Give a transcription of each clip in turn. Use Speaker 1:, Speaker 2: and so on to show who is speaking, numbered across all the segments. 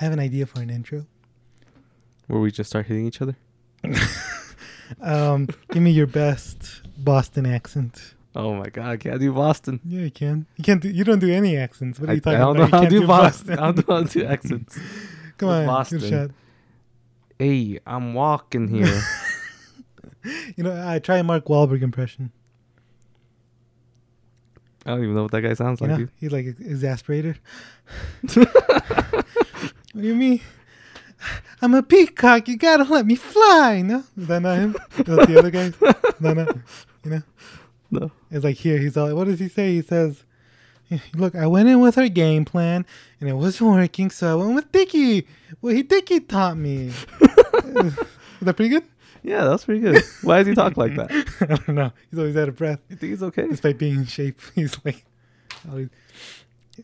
Speaker 1: I have an idea for an intro.
Speaker 2: Where we just start hitting each other?
Speaker 1: Um, give me your best Boston accent.
Speaker 2: Oh my god, I can't do Boston.
Speaker 1: Yeah, you can. You can't. Do, you don't do any accents. What are
Speaker 2: I,
Speaker 1: you talking
Speaker 2: I don't
Speaker 1: about?
Speaker 2: know how
Speaker 1: you
Speaker 2: to do Boston. I don't know how to do accents.
Speaker 1: Come
Speaker 2: with
Speaker 1: on,
Speaker 2: Boston.
Speaker 1: give it a
Speaker 2: hey, I'm walking here.
Speaker 1: shot. You know, I try a Mark Wahlberg impression.
Speaker 2: I don't even know what that guy sounds
Speaker 1: You
Speaker 2: like.
Speaker 1: know,
Speaker 2: dude.
Speaker 1: he's like exasperated. what do you mean? I'm a peacock. You gotta let me fly. No, is that not him? Is that the other guy? No, no. You know,
Speaker 2: No.
Speaker 1: it's like here. He's all. What does he say? He says, "Look, I went in with our game plan, and it wasn't working, so I went with Dicky. Well, he Dicky taught me. is that pretty good?
Speaker 2: Yeah, that's pretty good. Why does he talk like that?
Speaker 1: I don't know. He's always out of breath
Speaker 2: You think he's okay?
Speaker 1: despite being in shape. He's like, always-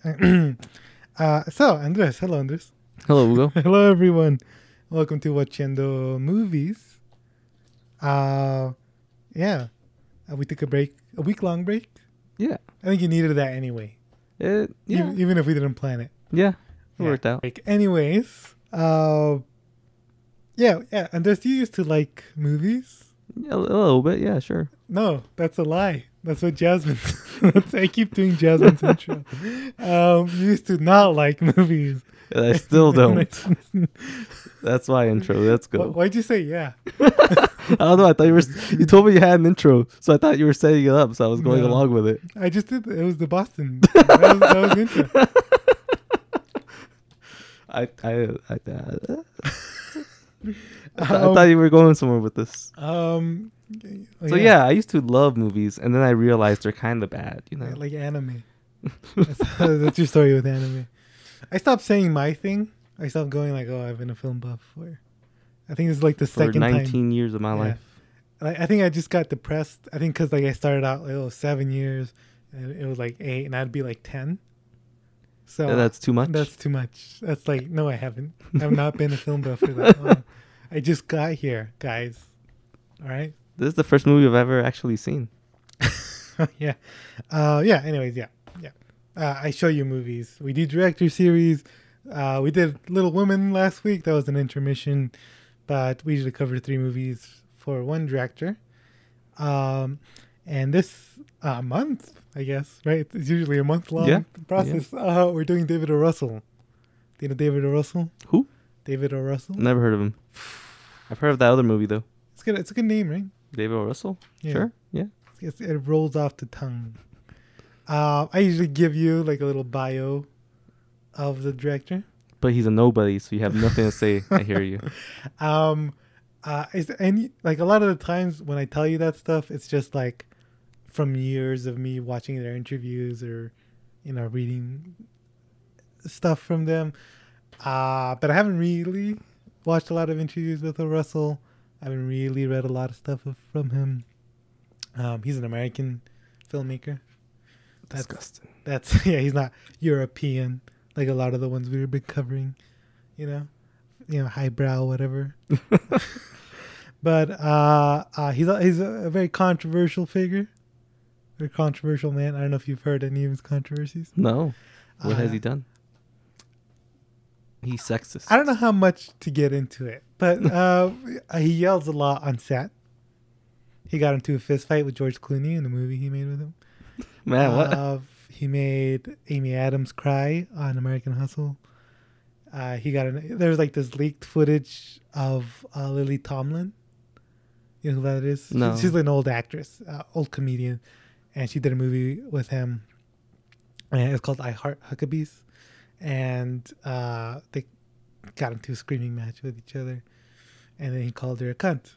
Speaker 1: uh, so Andres, hello Andres,
Speaker 2: Hello, Hugo. Uh,
Speaker 1: hello everyone, welcome to Watchendo Movies. Uh, yeah, Uh, we took a break, a week long break.
Speaker 2: Yeah.
Speaker 1: I think you needed that anyway,
Speaker 2: Eh,
Speaker 1: e-
Speaker 2: yeah.
Speaker 1: even if we didn't plan it.
Speaker 2: yeah. It
Speaker 1: Yeah.
Speaker 2: worked out.
Speaker 1: Like, anyways, uh, yeah, yeah. Andres, you used to like movies.
Speaker 2: Yeah, a little bit. Yeah, sure.
Speaker 1: No, that's a lie. That's what Jasmine. that's, I keep doing Jasmine's intro. Um, you used to not like movies.
Speaker 2: And I still don't.
Speaker 1: Why-
Speaker 2: That's my intro. Let's go.
Speaker 1: Why'd you say yeah?
Speaker 2: I don't know. I thought you were. s- You told me you had an intro, so I thought you were setting it up. So I was going
Speaker 1: No.
Speaker 2: along with it.
Speaker 1: I just did. It was the Boston. that, was, that was the intro.
Speaker 2: I I I, I, I
Speaker 1: Um,
Speaker 2: thought you were going somewhere with this.
Speaker 1: Um,
Speaker 2: So yeah, I used to love movies, and then I realized they're kind of bad. You know,
Speaker 1: like anime. that's, that's your story with anime. I stopped saying my thing. I stopped going like, oh, I've been a film buff. Or I think this is like the
Speaker 2: for
Speaker 1: second time.
Speaker 2: 19 years of my
Speaker 1: Yeah.
Speaker 2: life.
Speaker 1: like, I think I just got depressed. I think because like I started out like, oh seven years, and it was like eight, and I'd be like ten. So
Speaker 2: Yeah, that's too much.
Speaker 1: that's too much. That's like no, I haven't. I've not been a film buff for that long. I just got here, guys. All right.
Speaker 2: this is the first movie I've ever actually seen.
Speaker 1: yeah. Uh, yeah. Anyways, yeah, yeah. Uh, I show you movies. We do director series. Uh, we did Little Women last week. That was an intermission, but we usually cover three movies for one director. Um, and this uh, month, I guess, right? It's usually a month long
Speaker 2: Yeah,
Speaker 1: process. Uh, we're doing David O. Russell. Do you know David O. Russell?
Speaker 2: Who?
Speaker 1: David O. Russell.
Speaker 2: Never heard of him. I've heard of that other movie though,
Speaker 1: It's good. It's a good name, right?
Speaker 2: David O. Russell.
Speaker 1: Yeah.
Speaker 2: Sure. Yeah.
Speaker 1: it's, it rolls off the tongue. Uh, I usually give you like a little bio of the director.
Speaker 2: But he's a nobody, so you have nothing to say. I hear you.
Speaker 1: Um, uh, is and like a lot of the times when I tell you that stuff, it's just like from years of me watching their interviews or you know reading stuff from them. Uh, but I haven't really watched a lot of interviews with Russell. I haven't really read a lot of stuff of- from him. Um, he's an American filmmaker. That's-
Speaker 2: Disgusting.
Speaker 1: That's yeah, he's not European like a lot of the ones we've been covering, you know, you know, highbrow whatever. but uh, uh, he's a, he's a very controversial figure, a controversial man. I don't know if you've heard any of his controversies.
Speaker 2: No. What has
Speaker 1: Uh,
Speaker 2: he done? He's sexist.
Speaker 1: I don't know how much to get into it, but uh, he yells a lot on set. He got into a fist fight with George Clooney in the movie he made with him.
Speaker 2: Man, what?
Speaker 1: Uh, he made Amy Adams cry on American Hustle. Uh, he got an, there was like this leaked footage of uh, Lily Tomlin. You know who that is? She-
Speaker 2: No.
Speaker 1: She's an old actress, uh, old comedian, and she did a movie with him. And it's called I Heart Huckabees, and uh, they got into a screaming match with each other, and then he called her a cunt.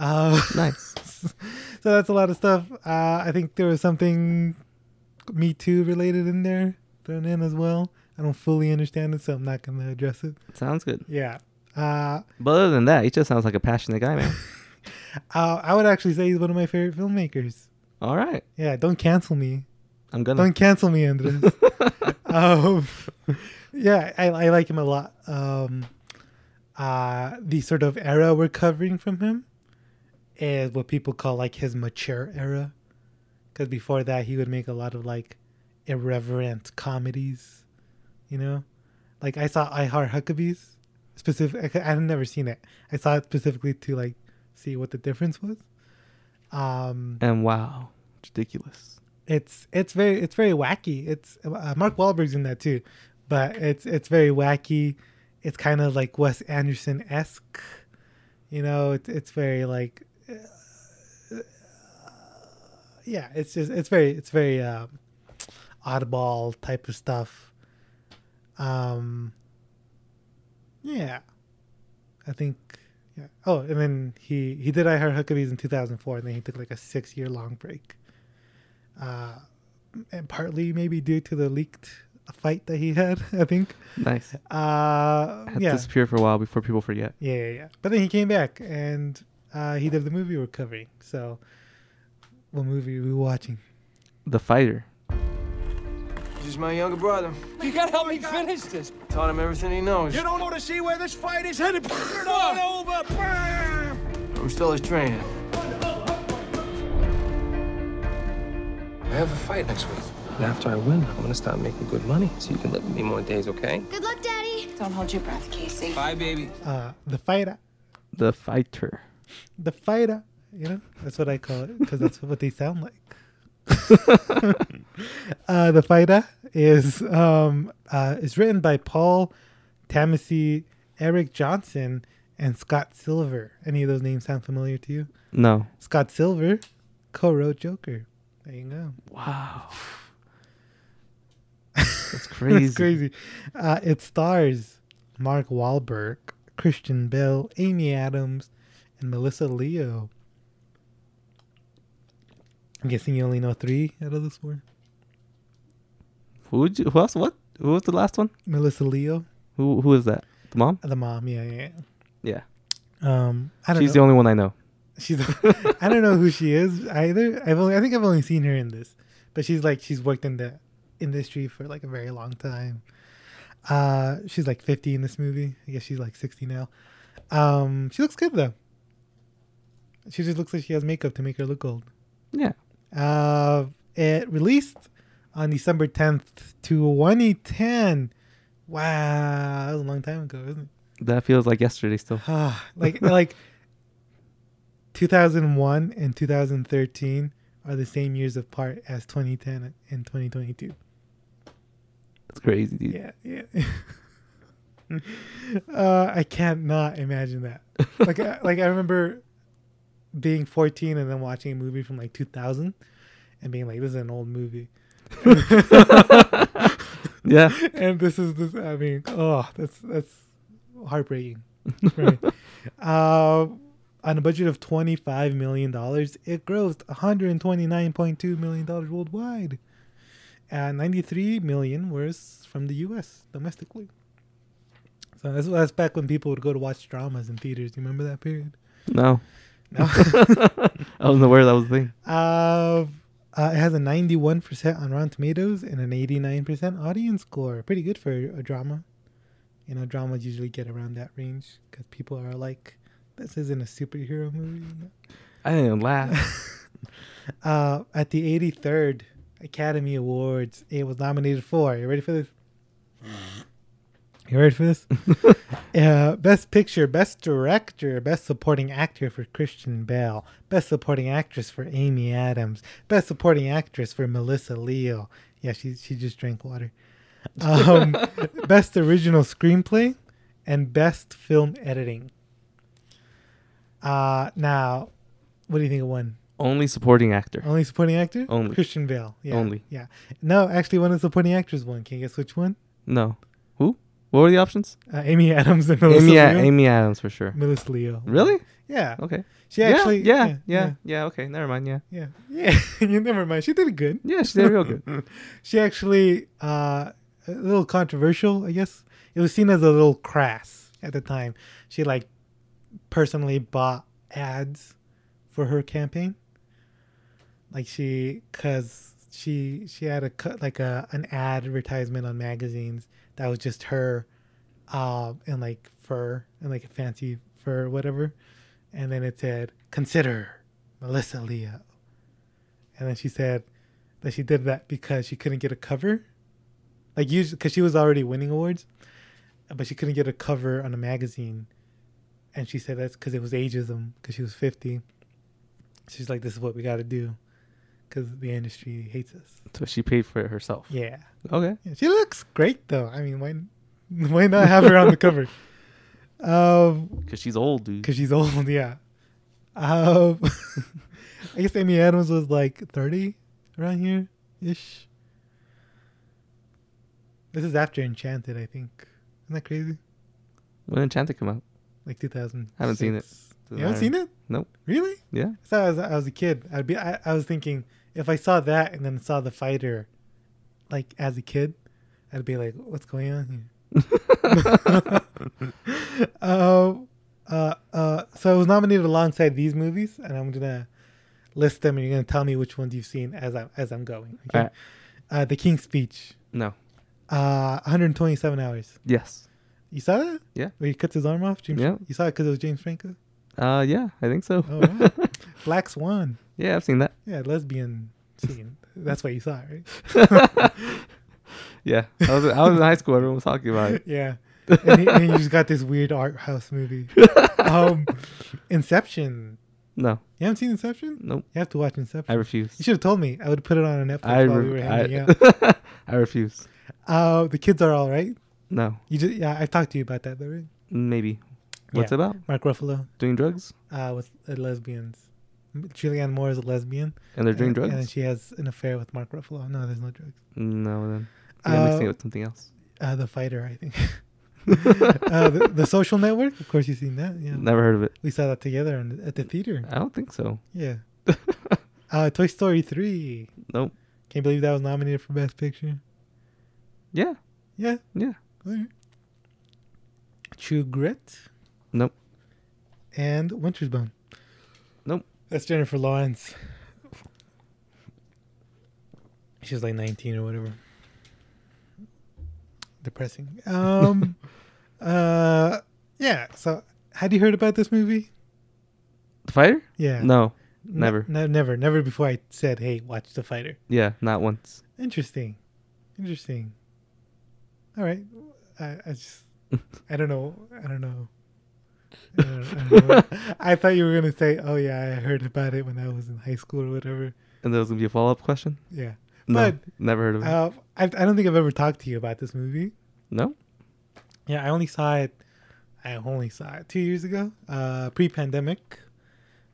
Speaker 1: Uh,
Speaker 2: nice.
Speaker 1: so that's a lot of stuff. Uh, I think there was something Me Too related in there thrown in as well. I don't fully understand it, so I'm not going to address it.
Speaker 2: Sounds good.
Speaker 1: Yeah. Uh,
Speaker 2: But other than that, he just sounds like a passionate guy, man.
Speaker 1: uh, I would actually say he's one of my favorite filmmakers.
Speaker 2: All right.
Speaker 1: Yeah, don't cancel me.
Speaker 2: I'm gonna.
Speaker 1: Don't cancel me, Andres. um, yeah, I, I like him a lot. Um, uh, the sort of era we're covering from him is what people call like his mature era. Because before that, he would make a lot of like irreverent comedies, you know? like I saw I Heart Huckabees specific. I had never seen it. I saw it specifically to like see what the difference was. Um,
Speaker 2: And wow, ridiculous.
Speaker 1: it's it's very it's very wacky. It's uh, Mark Wahlberg's in that too, but it's it's very wacky. It's kind of like Wes Anderson esque, you know. It's it's very like, uh, yeah. It's just it's very it's very um, oddball type of stuff. Um. Yeah, I think. Yeah. Oh, and then he he did I Heart Huckabees in 2004, and then he took like a six year long break uh, and partly maybe due to the leaked fight that he had, I think.
Speaker 2: Nice.
Speaker 1: Uh,
Speaker 2: Had
Speaker 1: yeah.
Speaker 2: disappeared for a while before people forget.
Speaker 1: yeah, yeah, yeah. But then he came back and uh, he did the movie we're covering. So, what movie are we watching?
Speaker 2: The fighter.
Speaker 3: This is my younger brother.
Speaker 4: You gotta help me finish this.
Speaker 3: Taught him everything he knows.
Speaker 4: don't want to see where this fight is headed. Turn on over.
Speaker 3: I'm still his trainer.
Speaker 5: I have a fight next week. And after I win, I'm gonna start making good money. So you can live with me more days, okay?
Speaker 6: Good luck, Daddy.
Speaker 7: Don't hold your breath, Casey.
Speaker 3: Bye, baby.
Speaker 1: Uh, the Fighter.
Speaker 2: The fighter.
Speaker 1: The Fighter. You know, that's what I call it because that's what they sound like. uh, the Fighter is um, uh, is written by Paul Tamasi, Eric Johnson, and Scott Silver. Any of those names sound familiar to you?
Speaker 2: No.
Speaker 1: Scott Silver co-wrote Joker. There you go.
Speaker 2: Wow. That's crazy.
Speaker 1: It's crazy. Uh, it stars Mark Wahlberg, Christian Bale, Amy Adams, and Melissa Leo. I'm guessing you only know three out of those four.
Speaker 2: Who would you, who else? What? Who was the last one?
Speaker 1: Melissa Leo,
Speaker 2: Who who is that? The mom?
Speaker 1: the mom. Yeah, yeah.
Speaker 2: Yeah.
Speaker 1: yeah. Um, I don't
Speaker 2: She's the
Speaker 1: know.
Speaker 2: only one I know.
Speaker 1: she's. I don't know who she is either. I've only. I think I've only seen her in this, but she's like she's worked in the industry for like a very long time. Uh, she's like 50 in this movie. I guess she's like 60 now. Um, she looks good though. She just looks like she has makeup to make her look old.
Speaker 2: Yeah.
Speaker 1: Uh, it released on December 10th, 2010. Wow, that was a long time ago, isn't it?
Speaker 2: That feels like yesterday still.
Speaker 1: Ah, like like 2001 and 2013 are the same years apart as 2010 and 2022.
Speaker 2: That's crazy, dude.
Speaker 1: Yeah, yeah. uh, I can't not imagine that. Like, I, like I remember being 14 and then watching a movie from like 2000 and being like, "This is an old movie,"
Speaker 2: Yeah.
Speaker 1: and this is this. I mean, oh, that's that's heartbreaking. Right. uh, on a budget of 25 million dollars, it grossed 129.2 million dollars worldwide, and 93 million was from the U.S. domestically. So that's, that's back when people would go to watch dramas in theaters. You remember that period?
Speaker 2: No.
Speaker 1: No.
Speaker 2: I wasn't aware that was a thing.
Speaker 1: Uh, uh, it has a 91% on Rotten Tomatoes and an 89% audience score. Pretty good for a drama. You know, dramas usually get around that range because people are like, this isn't a superhero movie.
Speaker 2: I didn't even laugh.
Speaker 1: Uh, at the 83rd Academy Awards, it was nominated for. You ready for this? You ready for this? uh, best Picture, Best Director, Best Supporting Actor for Christian Bale, Best Supporting Actress for Amy Adams, Best Supporting Actress for Melissa Leo. Yeah, she she just drank water. Um, best Original Screenplay, and Best Film Editing. Uh now, what do you think it won?
Speaker 2: Only supporting actor.
Speaker 1: Only supporting actor?
Speaker 2: Only.
Speaker 1: Christian Bale. Yeah.
Speaker 2: Only.
Speaker 1: Yeah. No, actually, one of the supporting actors won. Can you guess which one?
Speaker 2: No. Who? What were the options?
Speaker 1: Uh, Amy Adams and Melissa
Speaker 2: Amy,
Speaker 1: Leo.
Speaker 2: Amy Adams for sure.
Speaker 1: Melissa Leo.
Speaker 2: Really?
Speaker 1: Yeah.
Speaker 2: Okay.
Speaker 1: She actually.
Speaker 2: yeah, yeah, yeah, yeah, Okay, never mind. Yeah,
Speaker 1: Yeah. Yeah. yeah. Never mind. She did good.
Speaker 2: yeah, she did real good.
Speaker 1: She actually, uh, a little controversial, I guess. It was seen as a little crass at the time. She, like, personally bought ads for her campaign. Like, she, cause she, she had a, cut like, a, an advertisement on magazines that was just her, um, and like fur and like fancy fur, whatever. And then it said, consider Melissa Leo. And then she said, that she did that because she couldn't get a cover. Like usually, because she was already winning awards, but she couldn't get a cover on a magazine, and she said that's because it was ageism because she was fifty. She's like, this is what we got to do, because the industry hates us.
Speaker 2: So she paid for it herself.
Speaker 1: Yeah.
Speaker 2: Okay.
Speaker 1: Yeah, she looks great though. I mean, why why not have her on the cover? Um,
Speaker 2: Because she's old, dude.
Speaker 1: because she's old. Yeah. Um, I guess Amy Adams was like thirty around here ish. This is after Enchanted, I think. Isn't that crazy?
Speaker 2: When Enchanted come out?
Speaker 1: Like two thousand.
Speaker 2: Haven't seen it.
Speaker 1: You haven't seen it?
Speaker 2: Nope.
Speaker 1: Really?
Speaker 2: Yeah.
Speaker 1: I thought I was, I was a kid. I'd be. I, I was thinking if I saw that and then saw the fighter, like as a kid, I'd be like, "What's going on here?" um, uh, uh, so I was nominated alongside these movies, and I'm gonna list them, and you're gonna tell me which ones you've seen as I as I'm going. Okay.
Speaker 2: Alright.
Speaker 1: Uh, the King's Speech.
Speaker 2: No.
Speaker 1: Uh, 127 hours.
Speaker 2: Yes.
Speaker 1: You saw that?
Speaker 2: Yeah.
Speaker 1: Where he cuts his arm off. James.
Speaker 2: Yeah.
Speaker 1: You saw it because it was James Franco.
Speaker 2: Uh, yeah, I think so.
Speaker 1: Oh, wow. Black Swan.
Speaker 2: yeah, I've seen that.
Speaker 1: Yeah, lesbian scene. That's what you saw, right?
Speaker 2: Yeah, I was I was in high school. Everyone was talking about it.
Speaker 1: Yeah. And, he, and you just got this weird art house movie. Um, Inception.
Speaker 2: No,
Speaker 1: You haven't seen Inception?
Speaker 2: Nope.
Speaker 1: You have to watch Inception.
Speaker 2: I refuse.
Speaker 1: you should have told me. I would put it on a Netflix
Speaker 2: I
Speaker 1: while we were
Speaker 2: re-
Speaker 1: hanging
Speaker 2: I,
Speaker 1: out.
Speaker 2: I refuse.
Speaker 1: Uh, the kids are all right.
Speaker 2: No,
Speaker 1: You just yeah. I talked to you about that, though, right?
Speaker 2: maybe. What's
Speaker 1: Yeah.
Speaker 2: it about?
Speaker 1: Mark Ruffalo
Speaker 2: Doing drugs?
Speaker 1: uh, with uh, lesbians. Julianne Moore is a lesbian.
Speaker 2: And they're doing
Speaker 1: and,
Speaker 2: drugs?
Speaker 1: And she has an affair with Mark Ruffalo. No, there's no drugs.
Speaker 2: No, then you're mixing
Speaker 1: Uh,
Speaker 2: it with something else.
Speaker 1: Uh, the fighter, I think. uh, the, the Social Network. Of course, you've seen that. Yeah.
Speaker 2: Never heard of it.
Speaker 1: We saw that together in, at the theater.
Speaker 2: I don't think so.
Speaker 1: Yeah. uh, Toy Story 3.
Speaker 2: Nope.
Speaker 1: Can't believe that was nominated for Best Picture.
Speaker 2: Yeah,
Speaker 1: Yeah.
Speaker 2: yeah.
Speaker 1: alright. True Grit.
Speaker 2: Nope.
Speaker 1: And Winter's Bone.
Speaker 2: Nope.
Speaker 1: That's Jennifer Lawrence. She was like 19 or whatever. Depressing. Um, uh, yeah. So, had you heard about this movie?
Speaker 2: The fighter?
Speaker 1: Yeah.
Speaker 2: No,
Speaker 1: Ne-
Speaker 2: never.
Speaker 1: ne- never. Never before I said, hey, watch The Fighter.
Speaker 2: Yeah, not once.
Speaker 1: Interesting. Interesting. All right. I, I just I don't know. I don't know. I, don't- I don't know. I thought you were gonna say, "Oh yeah, I heard about it when I was in high school or whatever."
Speaker 2: And there was gonna be a follow up question.
Speaker 1: Yeah,
Speaker 2: No, never heard of
Speaker 1: but
Speaker 2: it.
Speaker 1: uh, I I don't think I've ever talked to you about this movie.
Speaker 2: no.
Speaker 1: Yeah, I only saw it. I only saw it two years ago, uh, pre-pandemic,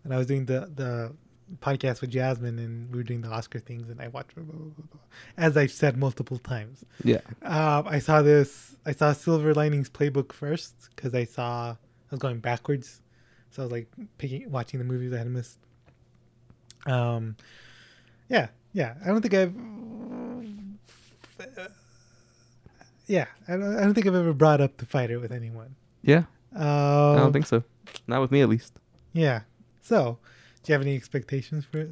Speaker 1: and I was doing the the podcast with Jasmine, and we were doing the Oscar things, and I watched blah, blah, blah, blah, blah, as I've said multiple times.
Speaker 2: Yeah.
Speaker 1: Um, I saw this. I saw Silver Linings Playbook first because I saw I was going backwards, so I was like picking, watching the movies I had missed. Um, yeah, yeah. I don't think I've. Yeah, I don't, I don't think I've ever brought up the fighter with anyone.
Speaker 2: Yeah.
Speaker 1: Um,
Speaker 2: I don't think so. Not with me at least.
Speaker 1: Yeah. So, do you have any expectations for it?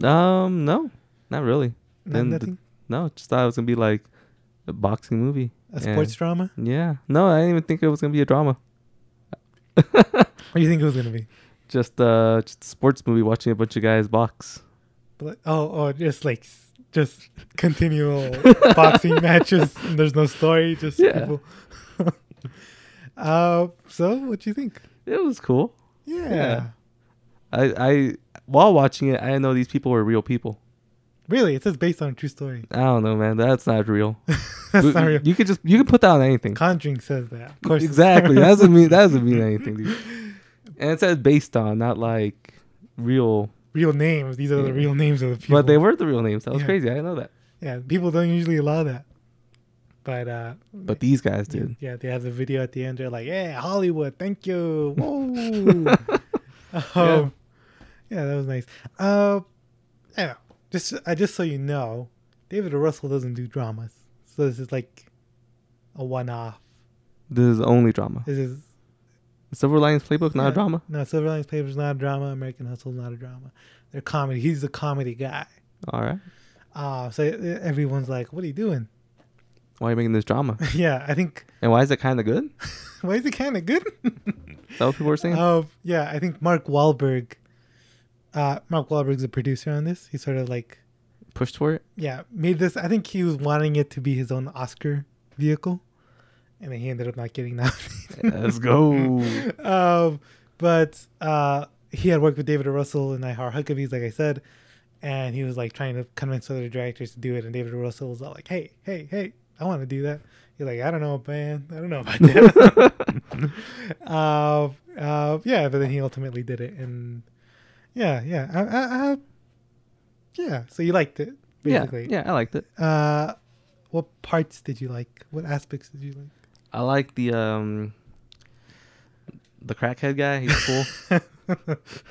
Speaker 1: then?
Speaker 2: Um, no. Not really.
Speaker 1: No-
Speaker 2: Then the-
Speaker 1: nothing.
Speaker 2: no, just thought it was gonna be like a boxing movie.
Speaker 1: A sports drama?
Speaker 2: Yeah. No, I didn't even think it was gonna be a drama.
Speaker 1: What do you think it was gonna be?
Speaker 2: Just uh just a sports movie watching a bunch of guys box.
Speaker 1: But, oh, oh, just like s- just continual boxing matches. And there's no story, just
Speaker 2: Yeah.
Speaker 1: people. uh, so what do you think?
Speaker 2: It was cool.
Speaker 1: Yeah.
Speaker 2: Yeah. I I while watching it, I didn't know these people were real people.
Speaker 1: really, it says based on a true story.
Speaker 2: I don't know, man. That's not real.
Speaker 1: That's
Speaker 2: You-
Speaker 1: not real.
Speaker 2: You could just you could put that on anything.
Speaker 1: Conjuring says that. Of course, it's-
Speaker 2: Exactly. That doesn't mean that doesn't mean anything, dude. And it says based on, not like real.
Speaker 1: real names. These are the
Speaker 2: Yeah.
Speaker 1: real names of the people.
Speaker 2: But they were the real names. That was
Speaker 1: Yeah.
Speaker 2: crazy. I didn't know that.
Speaker 1: Yeah, people don't usually allow that. But uh,
Speaker 2: But these guys did.
Speaker 1: yeah, they have the video at the end. They're like, "Yeah, Hollywood, thank you." Whoa. Um, yeah. that was nice. Uh, yeah, just I just so you know, David O. Russell doesn't do dramas, so this is like a one-off.
Speaker 2: This is only drama.
Speaker 1: This is
Speaker 2: Silver Linings Playbook, not
Speaker 1: yeah.
Speaker 2: a drama.
Speaker 1: No, Silver Linings Playbook is not a drama. American Hustle is not a drama. They're comedy. He's the comedy guy.
Speaker 2: All right.
Speaker 1: Uh, so e- everyone's like, "What are you doing?"
Speaker 2: Why are you making this drama?
Speaker 1: yeah, I think.
Speaker 2: And why is it kind of good? Is
Speaker 1: Why is it kind of good?
Speaker 2: that what people were saying?
Speaker 1: Uh, yeah, I think Mark Wahlberg. Uh, Mark Wahlberg's a producer on this. He sort of like
Speaker 2: Pushed for it?
Speaker 1: yeah made this i think he was wanting it to be his own oscar vehicle and then he ended up not getting nominated.
Speaker 2: Let's go.
Speaker 1: um, but uh, he had worked with David O. Russell and I Heart Huckabees, like I said, and he was like trying to convince other directors to do it. And David O. Russell was all like, "Hey, hey, hey, I want to do that." He's like, "I don't know, man. I don't know about that." uh, uh, yeah, but then he ultimately did it, and yeah, yeah, I, I, I, yeah. So you liked it,
Speaker 2: yeah,
Speaker 1: basically.
Speaker 2: yeah, I liked it.
Speaker 1: Uh, what parts did you like? What aspects did you like?
Speaker 2: I like the um the crackhead guy. He's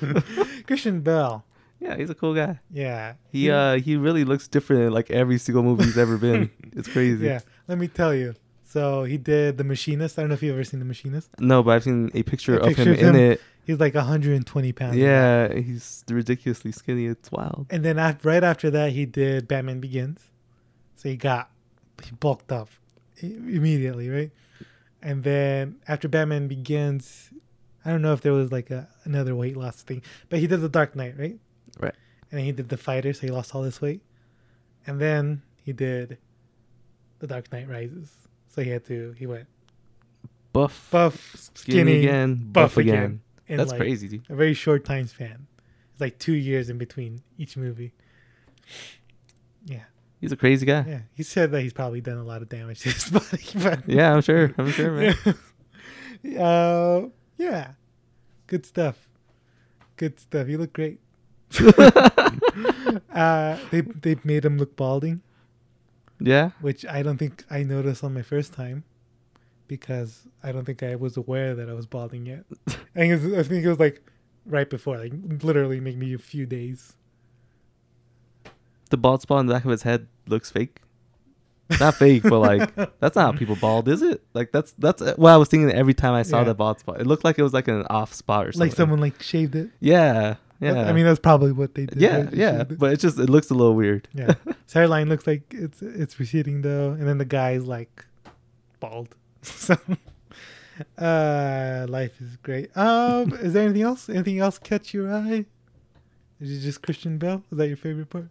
Speaker 2: cool.
Speaker 1: Christian Bell.
Speaker 2: yeah, he's a cool guy.
Speaker 1: Yeah.
Speaker 2: He uh he really looks different in like every single movie he's ever been. It's crazy.
Speaker 1: Yeah. Let me tell you. So he did The Machinist. I don't know if you've ever seen The Machinist.
Speaker 2: No, but I've seen a picture
Speaker 1: A
Speaker 2: of
Speaker 1: picture
Speaker 2: him
Speaker 1: of
Speaker 2: in
Speaker 1: him.
Speaker 2: it.
Speaker 1: He's like 120 pounds.
Speaker 2: Yeah, he's ridiculously skinny. It's wild.
Speaker 1: And then af right after that, he did Batman Begins. So he got, he bulked up i- immediately, right? And then after Batman Begins, I don't know if there was like a, another weight loss thing, but he did The Dark Knight, right?
Speaker 2: Right.
Speaker 1: And then he did The Fighter, so he lost all this weight. And then he did The Dark Knight Rises. So he had to, he went
Speaker 2: Buff,
Speaker 1: buff,
Speaker 2: skinny,
Speaker 1: skinny,
Speaker 2: again, buff, again.
Speaker 1: in
Speaker 2: That's
Speaker 1: like
Speaker 2: crazy, dude.
Speaker 1: a very short time span. It's like two years in between each movie. Yeah,
Speaker 2: He's a crazy guy. Yeah,
Speaker 1: yeah. He said that he's probably done a lot of damage to his body, but
Speaker 2: I'm sure. I'm sure, man.
Speaker 1: uh, yeah, good stuff. Good stuff. You look great. uh, they they made him look balding,
Speaker 2: yeah,
Speaker 1: which I don't think I noticed on my first time, because I don't think I was aware that I was balding yet. I think it was, I think it was like right before, like literally maybe a few days.
Speaker 2: the bald spot on the back of his head looks fake. Not fake, but like that's not how people bald, is it? Like that's that's what I was thinking every time I saw
Speaker 1: Yeah.
Speaker 2: the bald spot. It looked like it was like an off spot or something.
Speaker 1: like someone like shaved it.
Speaker 2: Yeah, yeah.
Speaker 1: Yeah. I mean, that's probably what they did.
Speaker 2: yeah,
Speaker 1: right? They
Speaker 2: yeah.
Speaker 1: shaved it.
Speaker 2: But it's just it looks a little weird.
Speaker 1: yeah. His hairline looks like it's it's receding though, and then the guy's like bald. so, uh, life is great. Um, is there anything else? Anything else catch your eye? Is it just Christian Bell? Is that your favorite part?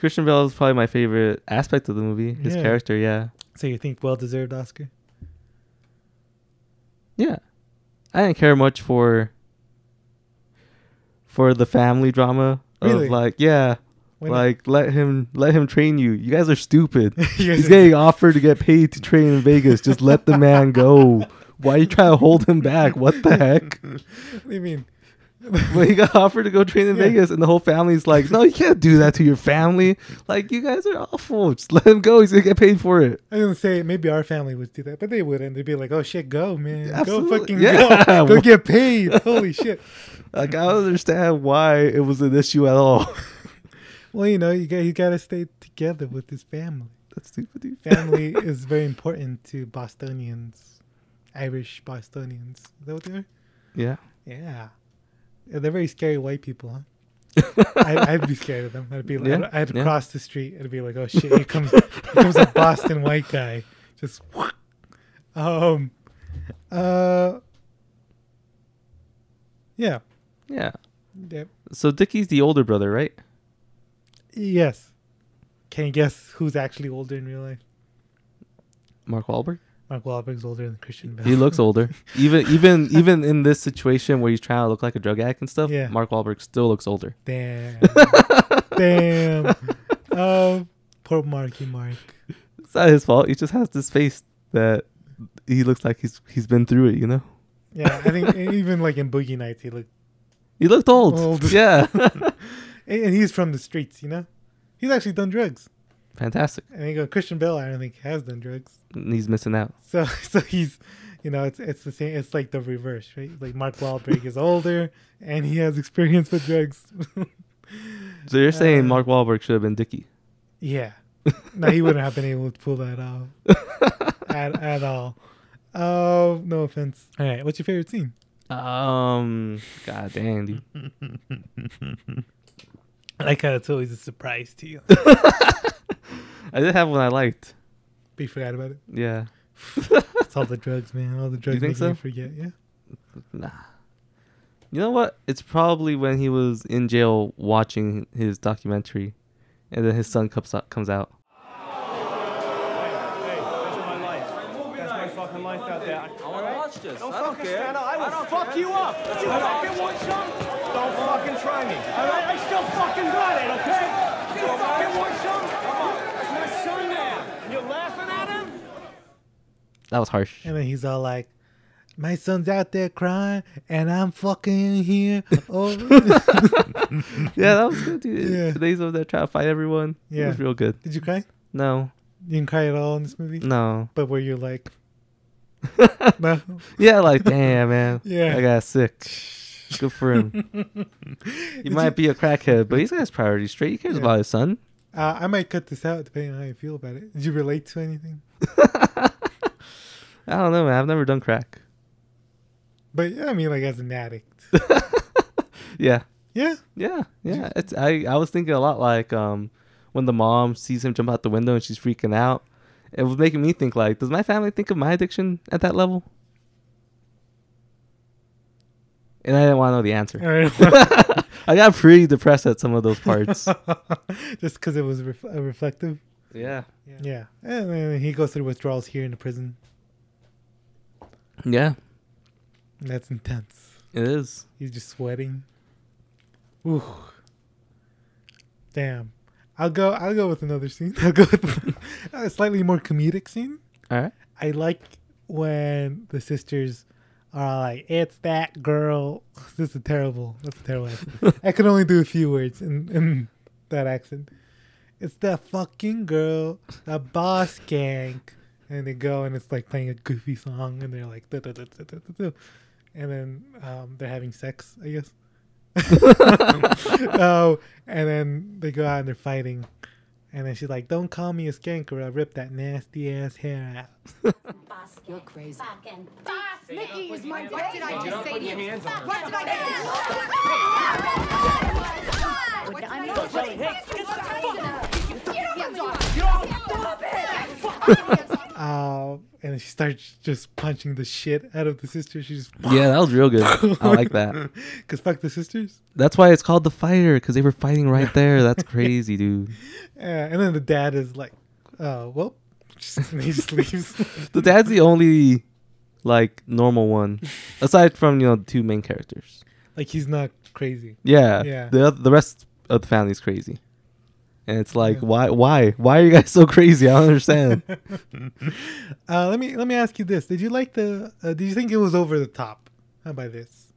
Speaker 2: Christian Bale is probably my favorite aspect of the movie. His
Speaker 1: Yeah.
Speaker 2: character, yeah,
Speaker 1: So you think well deserved Oscar?
Speaker 2: yeah. I didn't care much for for the family drama
Speaker 1: Really?
Speaker 2: of like, yeah,
Speaker 1: Why not?
Speaker 2: like let him let him train you. You guys are stupid.
Speaker 1: You guys
Speaker 2: He's
Speaker 1: are-
Speaker 2: getting offered to get paid to train in Vegas. Just let the man go. Why you trying to hold him back? What the heck?
Speaker 1: What do you mean?
Speaker 2: But he got offered to go train in
Speaker 1: Yeah.
Speaker 2: Vegas, and the whole family's like, "No, you can't do that to your family. Like, you guys are awful. Just let him go. He's gonna get paid for it."
Speaker 1: I was gonna say maybe our family would do that, but they wouldn't. They'd be like, "Oh shit, go man,
Speaker 2: Absolutely.
Speaker 1: go fucking
Speaker 2: Yeah.
Speaker 1: go, go get paid." Holy shit!
Speaker 2: Like, I don't understand why it was an issue at all.
Speaker 1: Well, you know, you got you got to stay together with this family.
Speaker 2: That's stupid, dude.
Speaker 1: Family is very important to Bostonians, Irish Bostonians. Is that what they are?
Speaker 2: Yeah,
Speaker 1: Yeah. Yeah, they're very scary white people, huh? I'd, I'd be scared of them. I'd be like,
Speaker 2: Yeah,
Speaker 1: I'd, I'd
Speaker 2: yeah.
Speaker 1: cross the street. I'd be like, oh shit, here comes, here comes a Boston white guy. Just, um, uh, yeah,
Speaker 2: yeah.
Speaker 1: yeah,
Speaker 2: So Dickie's the older brother, right?
Speaker 1: yes. Can you guess who's actually older in real life?
Speaker 2: Mark Wahlberg.
Speaker 1: Mark Wahlberg's older than Christian Bale.
Speaker 2: He looks older. Even even even in this situation where he's trying to look like a drug addict and stuff,
Speaker 1: Yeah.
Speaker 2: Mark Wahlberg still looks older.
Speaker 1: Damn. Damn. Oh, poor Marky Mark.
Speaker 2: It's not his fault. He just has this face that he looks like he's he's been through it. You know,
Speaker 1: Yeah, I think e-, even like in Boogie Nights, he looked,
Speaker 2: he looked old.
Speaker 1: Old.
Speaker 2: Yeah,
Speaker 1: and and he's from the streets, you know. He's actually done drugs.
Speaker 2: fantastic.
Speaker 1: And you go, Christian Bale, I don't think has done drugs.
Speaker 2: And he's missing out.
Speaker 1: So, so he's, you know, it's it's the same. It's like the reverse, right? Like Mark Wahlberg is older and he has experience with drugs.
Speaker 2: So you're saying
Speaker 1: Uh,
Speaker 2: Mark Wahlberg should have been Dickie?
Speaker 1: Yeah. No, he wouldn't have been able to pull that off at, at all. Oh, no offense. All right. What's your favorite scene?
Speaker 2: Um, god damn, dude.
Speaker 1: I like how it's always a surprise to you.
Speaker 2: I did have one I liked.
Speaker 1: but you forgot about it.
Speaker 2: Yeah,
Speaker 1: It's all the drugs, man. All the drugs
Speaker 2: think
Speaker 1: make
Speaker 2: so?
Speaker 1: you forget. Yeah.
Speaker 2: nah. You know what? It's probably when he was in jail watching his documentary, and then his son comes out. Comes out.
Speaker 4: That's my life. That's my right?
Speaker 2: Watch this.
Speaker 4: Don't
Speaker 2: I don't
Speaker 4: fucking
Speaker 2: care.
Speaker 4: stand up. I will
Speaker 2: I don't
Speaker 4: fuck you up. You fucking want some? Don't fucking try me. All right, I still fucking got it, okay? You fucking want some? Come on. It's my son now. And you're laughing at him?
Speaker 2: That was harsh.
Speaker 1: And then he's all like, "My son's out there crying, and I'm fucking in here." Oh,
Speaker 2: Yeah, that was good, dude.
Speaker 1: Yeah.
Speaker 2: Today's over there trying to fight everyone. It
Speaker 1: Yeah.
Speaker 2: was real good.
Speaker 1: did you cry?
Speaker 2: No,
Speaker 1: You didn't cry at all in this movie.
Speaker 2: no.
Speaker 1: But were you like, no?
Speaker 2: Yeah, like damn, man.
Speaker 1: Yeah.
Speaker 2: I got sick. Good for him. he might be a crackhead, but he's got his priorities straight. He cares
Speaker 1: Yeah.
Speaker 2: about his son.
Speaker 1: Uh, I might cut this out depending on how you feel about it. Did you relate to anything?
Speaker 2: I don't know, man. I've never done crack.
Speaker 1: But yeah, I mean, like as an addict.
Speaker 2: Yeah,
Speaker 1: Yeah,
Speaker 2: yeah, yeah. It's I. I was thinking a lot like um when the mom sees him jump out the window and she's freaking out. It was making me think like, does my family think of my addiction at that level? And I didn't want to know the answer.
Speaker 1: All right.
Speaker 2: I got pretty depressed at some of those parts.
Speaker 1: just because it was ref- uh, reflective.
Speaker 2: yeah.
Speaker 1: Yeah, and then he goes through withdrawals here in the prison.
Speaker 2: Yeah,
Speaker 1: That's intense.
Speaker 2: it is.
Speaker 1: He's just sweating. Ooh. Damn. I'll go. I'll go with another scene. I'll go with a slightly more comedic scene.
Speaker 2: All right.
Speaker 1: I like when the sisters are like, "It's that girl." This is terrible. That's a terrible accent. I can only do a few words in, in that accent. It's that fucking girl, the boss gang, and they go and it's like playing a goofy song, and they're like, "Duh, duh, duh, duh, duh, duh, duh." and then um, they're having sex, I guess. oh, and then they go out and they're fighting, and then she's like, "Don't call me a skank or I'll rip that nasty ass hair out."
Speaker 6: You're crazy.
Speaker 7: fucking
Speaker 6: Mickey is my What did I just say to you? What did I
Speaker 7: What
Speaker 6: do?
Speaker 7: did I
Speaker 6: I'm
Speaker 7: do?
Speaker 6: not
Speaker 7: Hey,
Speaker 6: saying
Speaker 7: hey,
Speaker 6: You
Speaker 7: get the
Speaker 6: don't
Speaker 7: fuck
Speaker 6: get
Speaker 1: uh, and she starts just punching the shit out of the sisters. She's
Speaker 2: Yeah, that was real good. I like that.
Speaker 1: because fuck the sisters.
Speaker 2: That's why it's called the fighter because they were fighting right there. That's crazy, dude.
Speaker 1: Uh, and then the dad is like, uh, well, and he just leaves.
Speaker 2: The dad's the only like normal one, aside from you know the two main characters.
Speaker 1: like he's not crazy.
Speaker 2: Yeah,
Speaker 1: Yeah.
Speaker 2: The oth- the rest of the family's crazy, and it's like
Speaker 1: Yeah.
Speaker 2: why why why are you guys so crazy? I don't understand.
Speaker 1: Uh, let me let me ask you this: Did you like the? Uh, did you think it was over the top? How about this?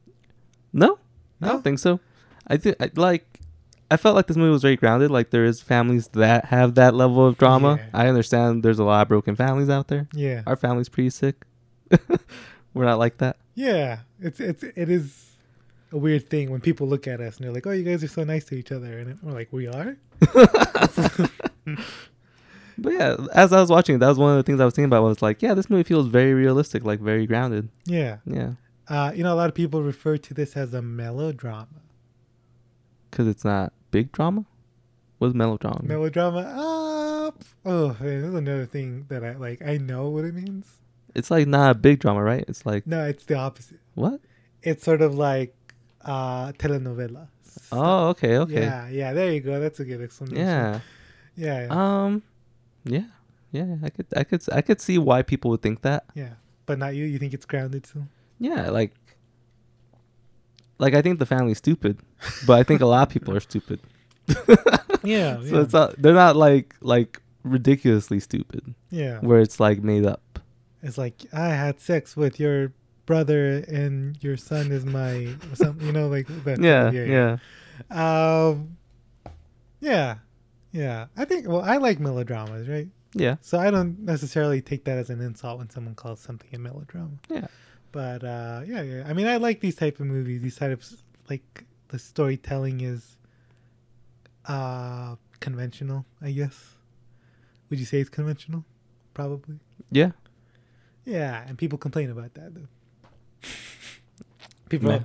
Speaker 2: no, I
Speaker 1: No?
Speaker 2: don't think so. I think I, like I felt like this movie was very grounded. Like there is families that have that level of drama.
Speaker 1: Yeah.
Speaker 2: I understand there's a lot of broken families out there.
Speaker 1: Yeah,
Speaker 2: our family's pretty sick. We're not like that.
Speaker 1: yeah. It's it's it is a weird thing when people look at us and they're like, "Oh, you guys are so nice to each other," and we're like, "We are."
Speaker 2: But yeah, as I was watching it, that was one of the things I was thinking about. Was like, yeah, this movie feels very realistic, like very grounded.
Speaker 1: Yeah.
Speaker 2: Yeah,
Speaker 1: Uh, you know, a lot of people refer to this as a melodrama.
Speaker 2: because it's not big drama. What's melodrama? mean?
Speaker 1: melodrama up. Oh, man, this is another thing that I like. I know what it means.
Speaker 2: it's like not a big drama, right? It's like
Speaker 1: No, it's the opposite.
Speaker 2: what?
Speaker 1: It's sort of like uh telenovela.
Speaker 2: Oh, okay, okay. Yeah.
Speaker 1: Yeah, yeah. There you go. That's a good explanation. yeah, yeah.
Speaker 2: Um. Yeah. Yeah. I could. I could. I could see why people would think that.
Speaker 1: yeah. But not you. You think it's grounded too?
Speaker 2: Yeah. Like. Like I think the family's stupid, but I think a lot of people are stupid.
Speaker 1: Yeah,
Speaker 2: So
Speaker 1: yeah.
Speaker 2: it's not, they're not like like ridiculously stupid.
Speaker 1: Yeah.
Speaker 2: where it's like made up.
Speaker 1: It's like I had sex with your brother, and your son is my. some, you know, like that.
Speaker 2: Yeah, yeah,
Speaker 1: Um, yeah, yeah. I think. Well, I like melodramas, right?
Speaker 2: yeah,
Speaker 1: So I don't necessarily take that as an insult when someone calls something a melodrama.
Speaker 2: Yeah.
Speaker 1: But uh, yeah, yeah. I mean, I like these type of movies. These types, like the storytelling is uh conventional, I guess. Would you say it's conventional? Probably.
Speaker 2: yeah.
Speaker 1: Yeah, and people complain about that though. people,
Speaker 2: Meh.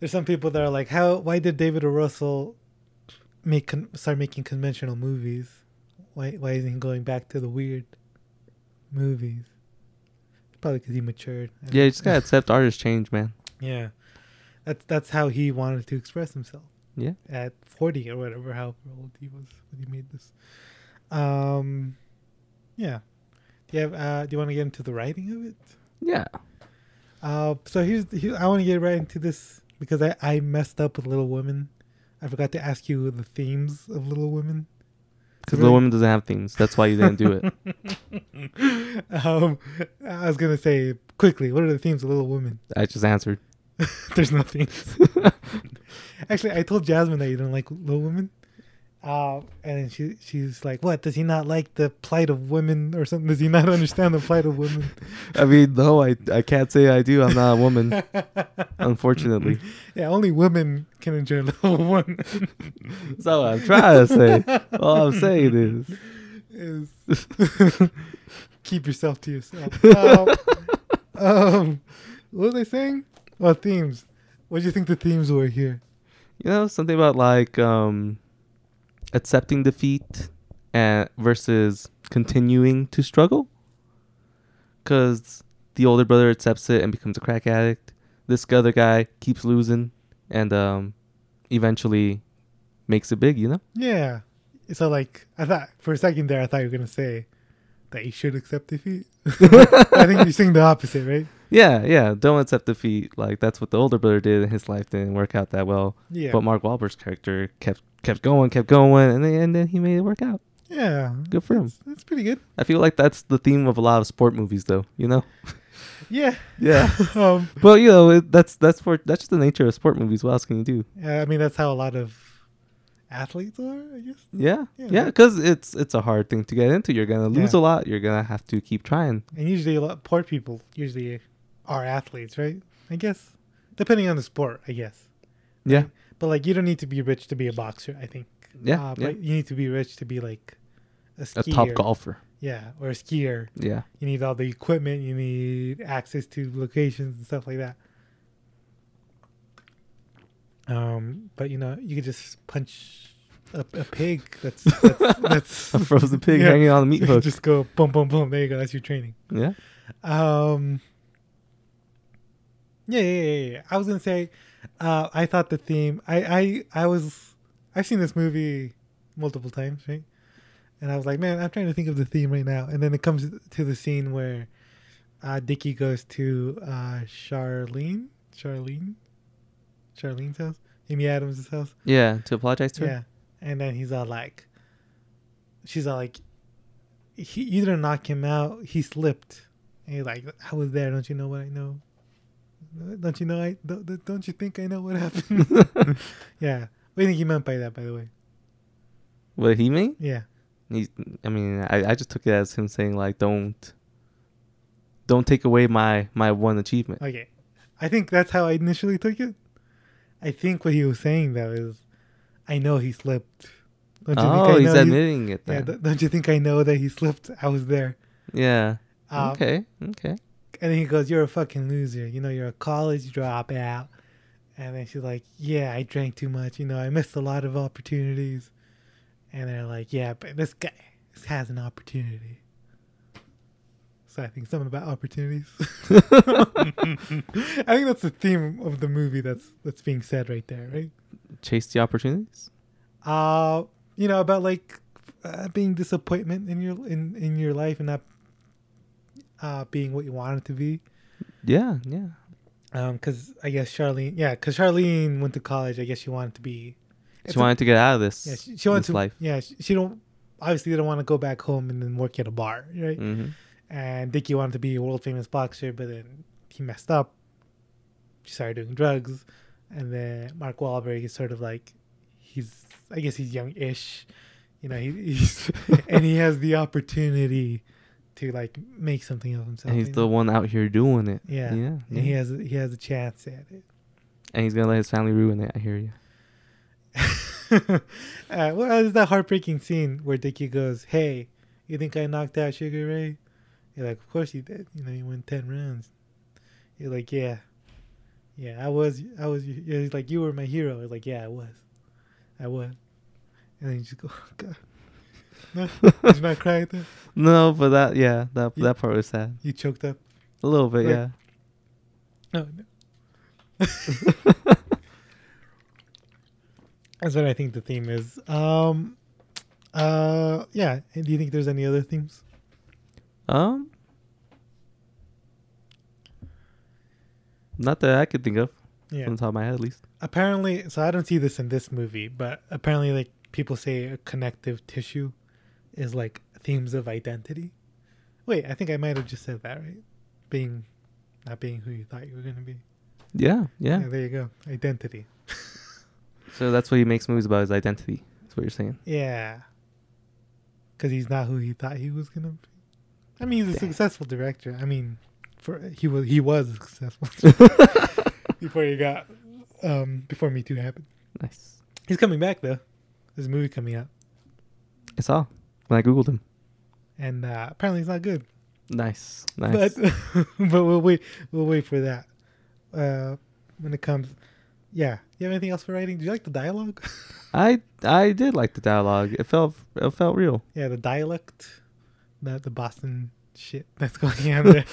Speaker 1: there's some people that are like, "How? Why did David O. Russell make con- start making conventional movies? Why? Why isn't he going back to the weird movies? Probably because he matured. I
Speaker 2: Yeah, you
Speaker 1: don't-
Speaker 2: just gotta accept artist change, man.
Speaker 1: yeah. That's that's how he wanted to express himself.
Speaker 2: Yeah.
Speaker 1: At 40 or whatever, how old he was when he made this. Um, yeah. Do you have? Uh, do you want to get into the writing of it?
Speaker 2: Yeah.
Speaker 1: Uh, so here's, here, I want to get right into this because I, I messed up with Little Women. I forgot to ask you the themes of Little Women.
Speaker 2: Because Little Women doesn't have themes. That's why you didn't do it.
Speaker 1: Um, I was gonna say quickly. What are the themes of Little Women?
Speaker 2: I just answered.
Speaker 1: There's no themes. Actually, I told Jasmine that you don't like Little Women, uh, and she she's like, "What? Does he not like the plight of women or something? Does he not understand the plight of women?"
Speaker 2: I mean, no, I, I can't say I do. I'm not a woman, unfortunately.
Speaker 1: Yeah, only women can enjoy Little Women.
Speaker 2: So I'm trying to say. All I'm saying is,
Speaker 1: is keep yourself to yourself. Um, um, what was I saying? Well, themes. What do you think the themes were here?
Speaker 2: you know, something about like um, accepting defeat and versus continuing to struggle. Because the older brother accepts it and becomes a crack addict. This other guy keeps losing and um, eventually makes it big, you know?
Speaker 1: Yeah. So like, I thought for a second there, I thought you were gonna say that you should accept defeat. I think you're saying the opposite, right?
Speaker 2: Yeah, yeah. Don't accept defeat. Like that's what the older brother did, and his life didn't work out that well.
Speaker 1: Yeah.
Speaker 2: But Mark Wahlberg's character kept kept going, kept going, and then and then he made it work out.
Speaker 1: Yeah,
Speaker 2: Good for him.
Speaker 1: that's pretty good.
Speaker 2: I feel like that's the theme of a lot of sport movies, though. You know.
Speaker 1: Yeah.
Speaker 2: Yeah.
Speaker 1: Um,
Speaker 2: Well, you know, it, that's that's for that's just the nature of sport movies. What else can you do?
Speaker 1: yeah, I mean that's how a lot of athletes are, I guess.
Speaker 2: Yeah,
Speaker 1: Yeah.
Speaker 2: yeah, because it's it's a hard thing to get into. You're gonna lose
Speaker 1: Yeah.
Speaker 2: a lot. You're gonna have to keep trying.
Speaker 1: And usually, a lot poor people usually are athletes, right? I guess, depending on the sport, I guess.
Speaker 2: Yeah,
Speaker 1: But like, you don't need to be rich to be a boxer. I think.
Speaker 2: Yeah,
Speaker 1: Uh,
Speaker 2: yeah.
Speaker 1: but you need to be rich to be like a
Speaker 2: a
Speaker 1: skier.
Speaker 2: top golfer.
Speaker 1: Yeah, or a skier.
Speaker 2: Yeah,
Speaker 1: You need all the equipment. You need access to locations and stuff like that. Um, but you know, you could just punch a, a pig. That's that's, that's
Speaker 2: a frozen pig
Speaker 1: Yeah.
Speaker 2: hanging on a meat
Speaker 1: you could
Speaker 2: hook.
Speaker 1: just go boom, boom, boom. There you go. That's your training.
Speaker 2: yeah,
Speaker 1: Um, yeah, yeah, yeah, yeah. I was gonna say, uh, I thought the theme. I, I, I was. I've seen this movie multiple times, right? And I was like, man, I'm trying to think of the theme right now. And then it comes to the scene where uh, Dickie goes to uh, Charlene, Charlene, Charlene's house, Amy Adams' house.
Speaker 2: yeah. To apologize to her.
Speaker 1: Yeah. And then he's all like, she's all like, he you didn't knock him out. He slipped. And he's like, I was there. Don't you know what I know? Don't you know I don't, don't you think I know what happened? yeah. What do you think he meant by that, by the way?
Speaker 2: What he mean?
Speaker 1: Yeah.
Speaker 2: He's, I mean, I, I just took it as him saying like, don't, don't take away my my one achievement.
Speaker 1: Okay. I think that's how I initially took it. I think what he was saying, though, is I know he slipped. Don't
Speaker 2: oh, he's
Speaker 1: he-
Speaker 2: admitting it.
Speaker 1: yeah,
Speaker 2: Then. Yeah.
Speaker 1: don't- don't you think I know that he slipped? I was there. Um,
Speaker 2: okay. Okay.
Speaker 1: And then he goes, "You're a fucking loser. You know, you're a college dropout." And then she's like, "Yeah, I drank too much. You know, I missed a lot of opportunities." And they're like, "Yeah, but this guy has an opportunity." So I think something about opportunities. I think that's the theme of the movie that's that's being said right there, right?
Speaker 2: Chase the opportunities.
Speaker 1: Uh, you know about like uh, being disappointment in your in in your life and not uh being what you want it to be.
Speaker 2: Yeah. Yeah.
Speaker 1: Um, because I guess Charlene, yeah, because Charlene went to college. I guess she wanted to be. It's
Speaker 2: she
Speaker 1: a-
Speaker 2: wanted to get out of this.
Speaker 1: Yeah, she, she wanted
Speaker 2: this
Speaker 1: to.
Speaker 2: life.
Speaker 1: Yeah, she, she don't obviously didn't want to go back home and then work at a bar, right?
Speaker 2: Mhm.
Speaker 1: And Dickie wanted to be a world famous boxer, but then he messed up. She started doing drugs, and then Mark Wahlberg is sort of like, he's I guess he's young-ish, you know, he, he's and he has the opportunity to like make something of himself.
Speaker 2: And he's
Speaker 1: you
Speaker 2: the
Speaker 1: know?
Speaker 2: one out here doing it.
Speaker 1: yeah,
Speaker 2: Yeah. yeah.
Speaker 1: and he has he has a chance at it.
Speaker 2: and he's gonna let his family ruin it. I hear you.
Speaker 1: uh, well, there's that heartbreaking scene where Dickie goes, "Hey, you think I knocked out Sugar Ray?" You're like, "Of course you did. You know, you won ten rounds." You're like, "Yeah, yeah, I was, I was." you he's like, "You were my hero." You're like, "Yeah, I was, I was." And then you just go, oh, "God, no, did you not cry at that?
Speaker 2: No, but that yeah, that
Speaker 1: Yeah.
Speaker 2: that part was sad.
Speaker 1: You choked up."
Speaker 2: A little bit,
Speaker 1: Like-
Speaker 2: yeah.
Speaker 1: No, no. That's what I think the theme is. Um, uh, yeah. And do you think there's any other themes?
Speaker 2: Um Not that I could think of
Speaker 1: Yeah.
Speaker 2: from the top of my head, at least.
Speaker 1: apparently so i don't see this in this movie but apparently like people say a connective tissue is like themes of identity wait i think i might have just said that right being not being who you thought you were going to be
Speaker 2: Yeah, yeah,
Speaker 1: yeah. there you go identity
Speaker 2: So that's what he makes movies about his identity. That's what you're saying.
Speaker 1: yeah because he's not who he thought he was going to be i mean he's a successful director i mean for he was he was successful before he got um before me too happened
Speaker 2: Nice.
Speaker 1: he's coming back though there's a movie coming out
Speaker 2: I saw when I googled him.
Speaker 1: and uh, apparently it's not good.
Speaker 2: Nice, nice.
Speaker 1: But but we'll wait we'll wait for that uh, when it comes. Yeah, you have anything else for writing? Do you like the dialogue?
Speaker 2: I I did like the dialogue. It felt it felt real.
Speaker 1: yeah, the dialect, not the Boston shit that's going on there.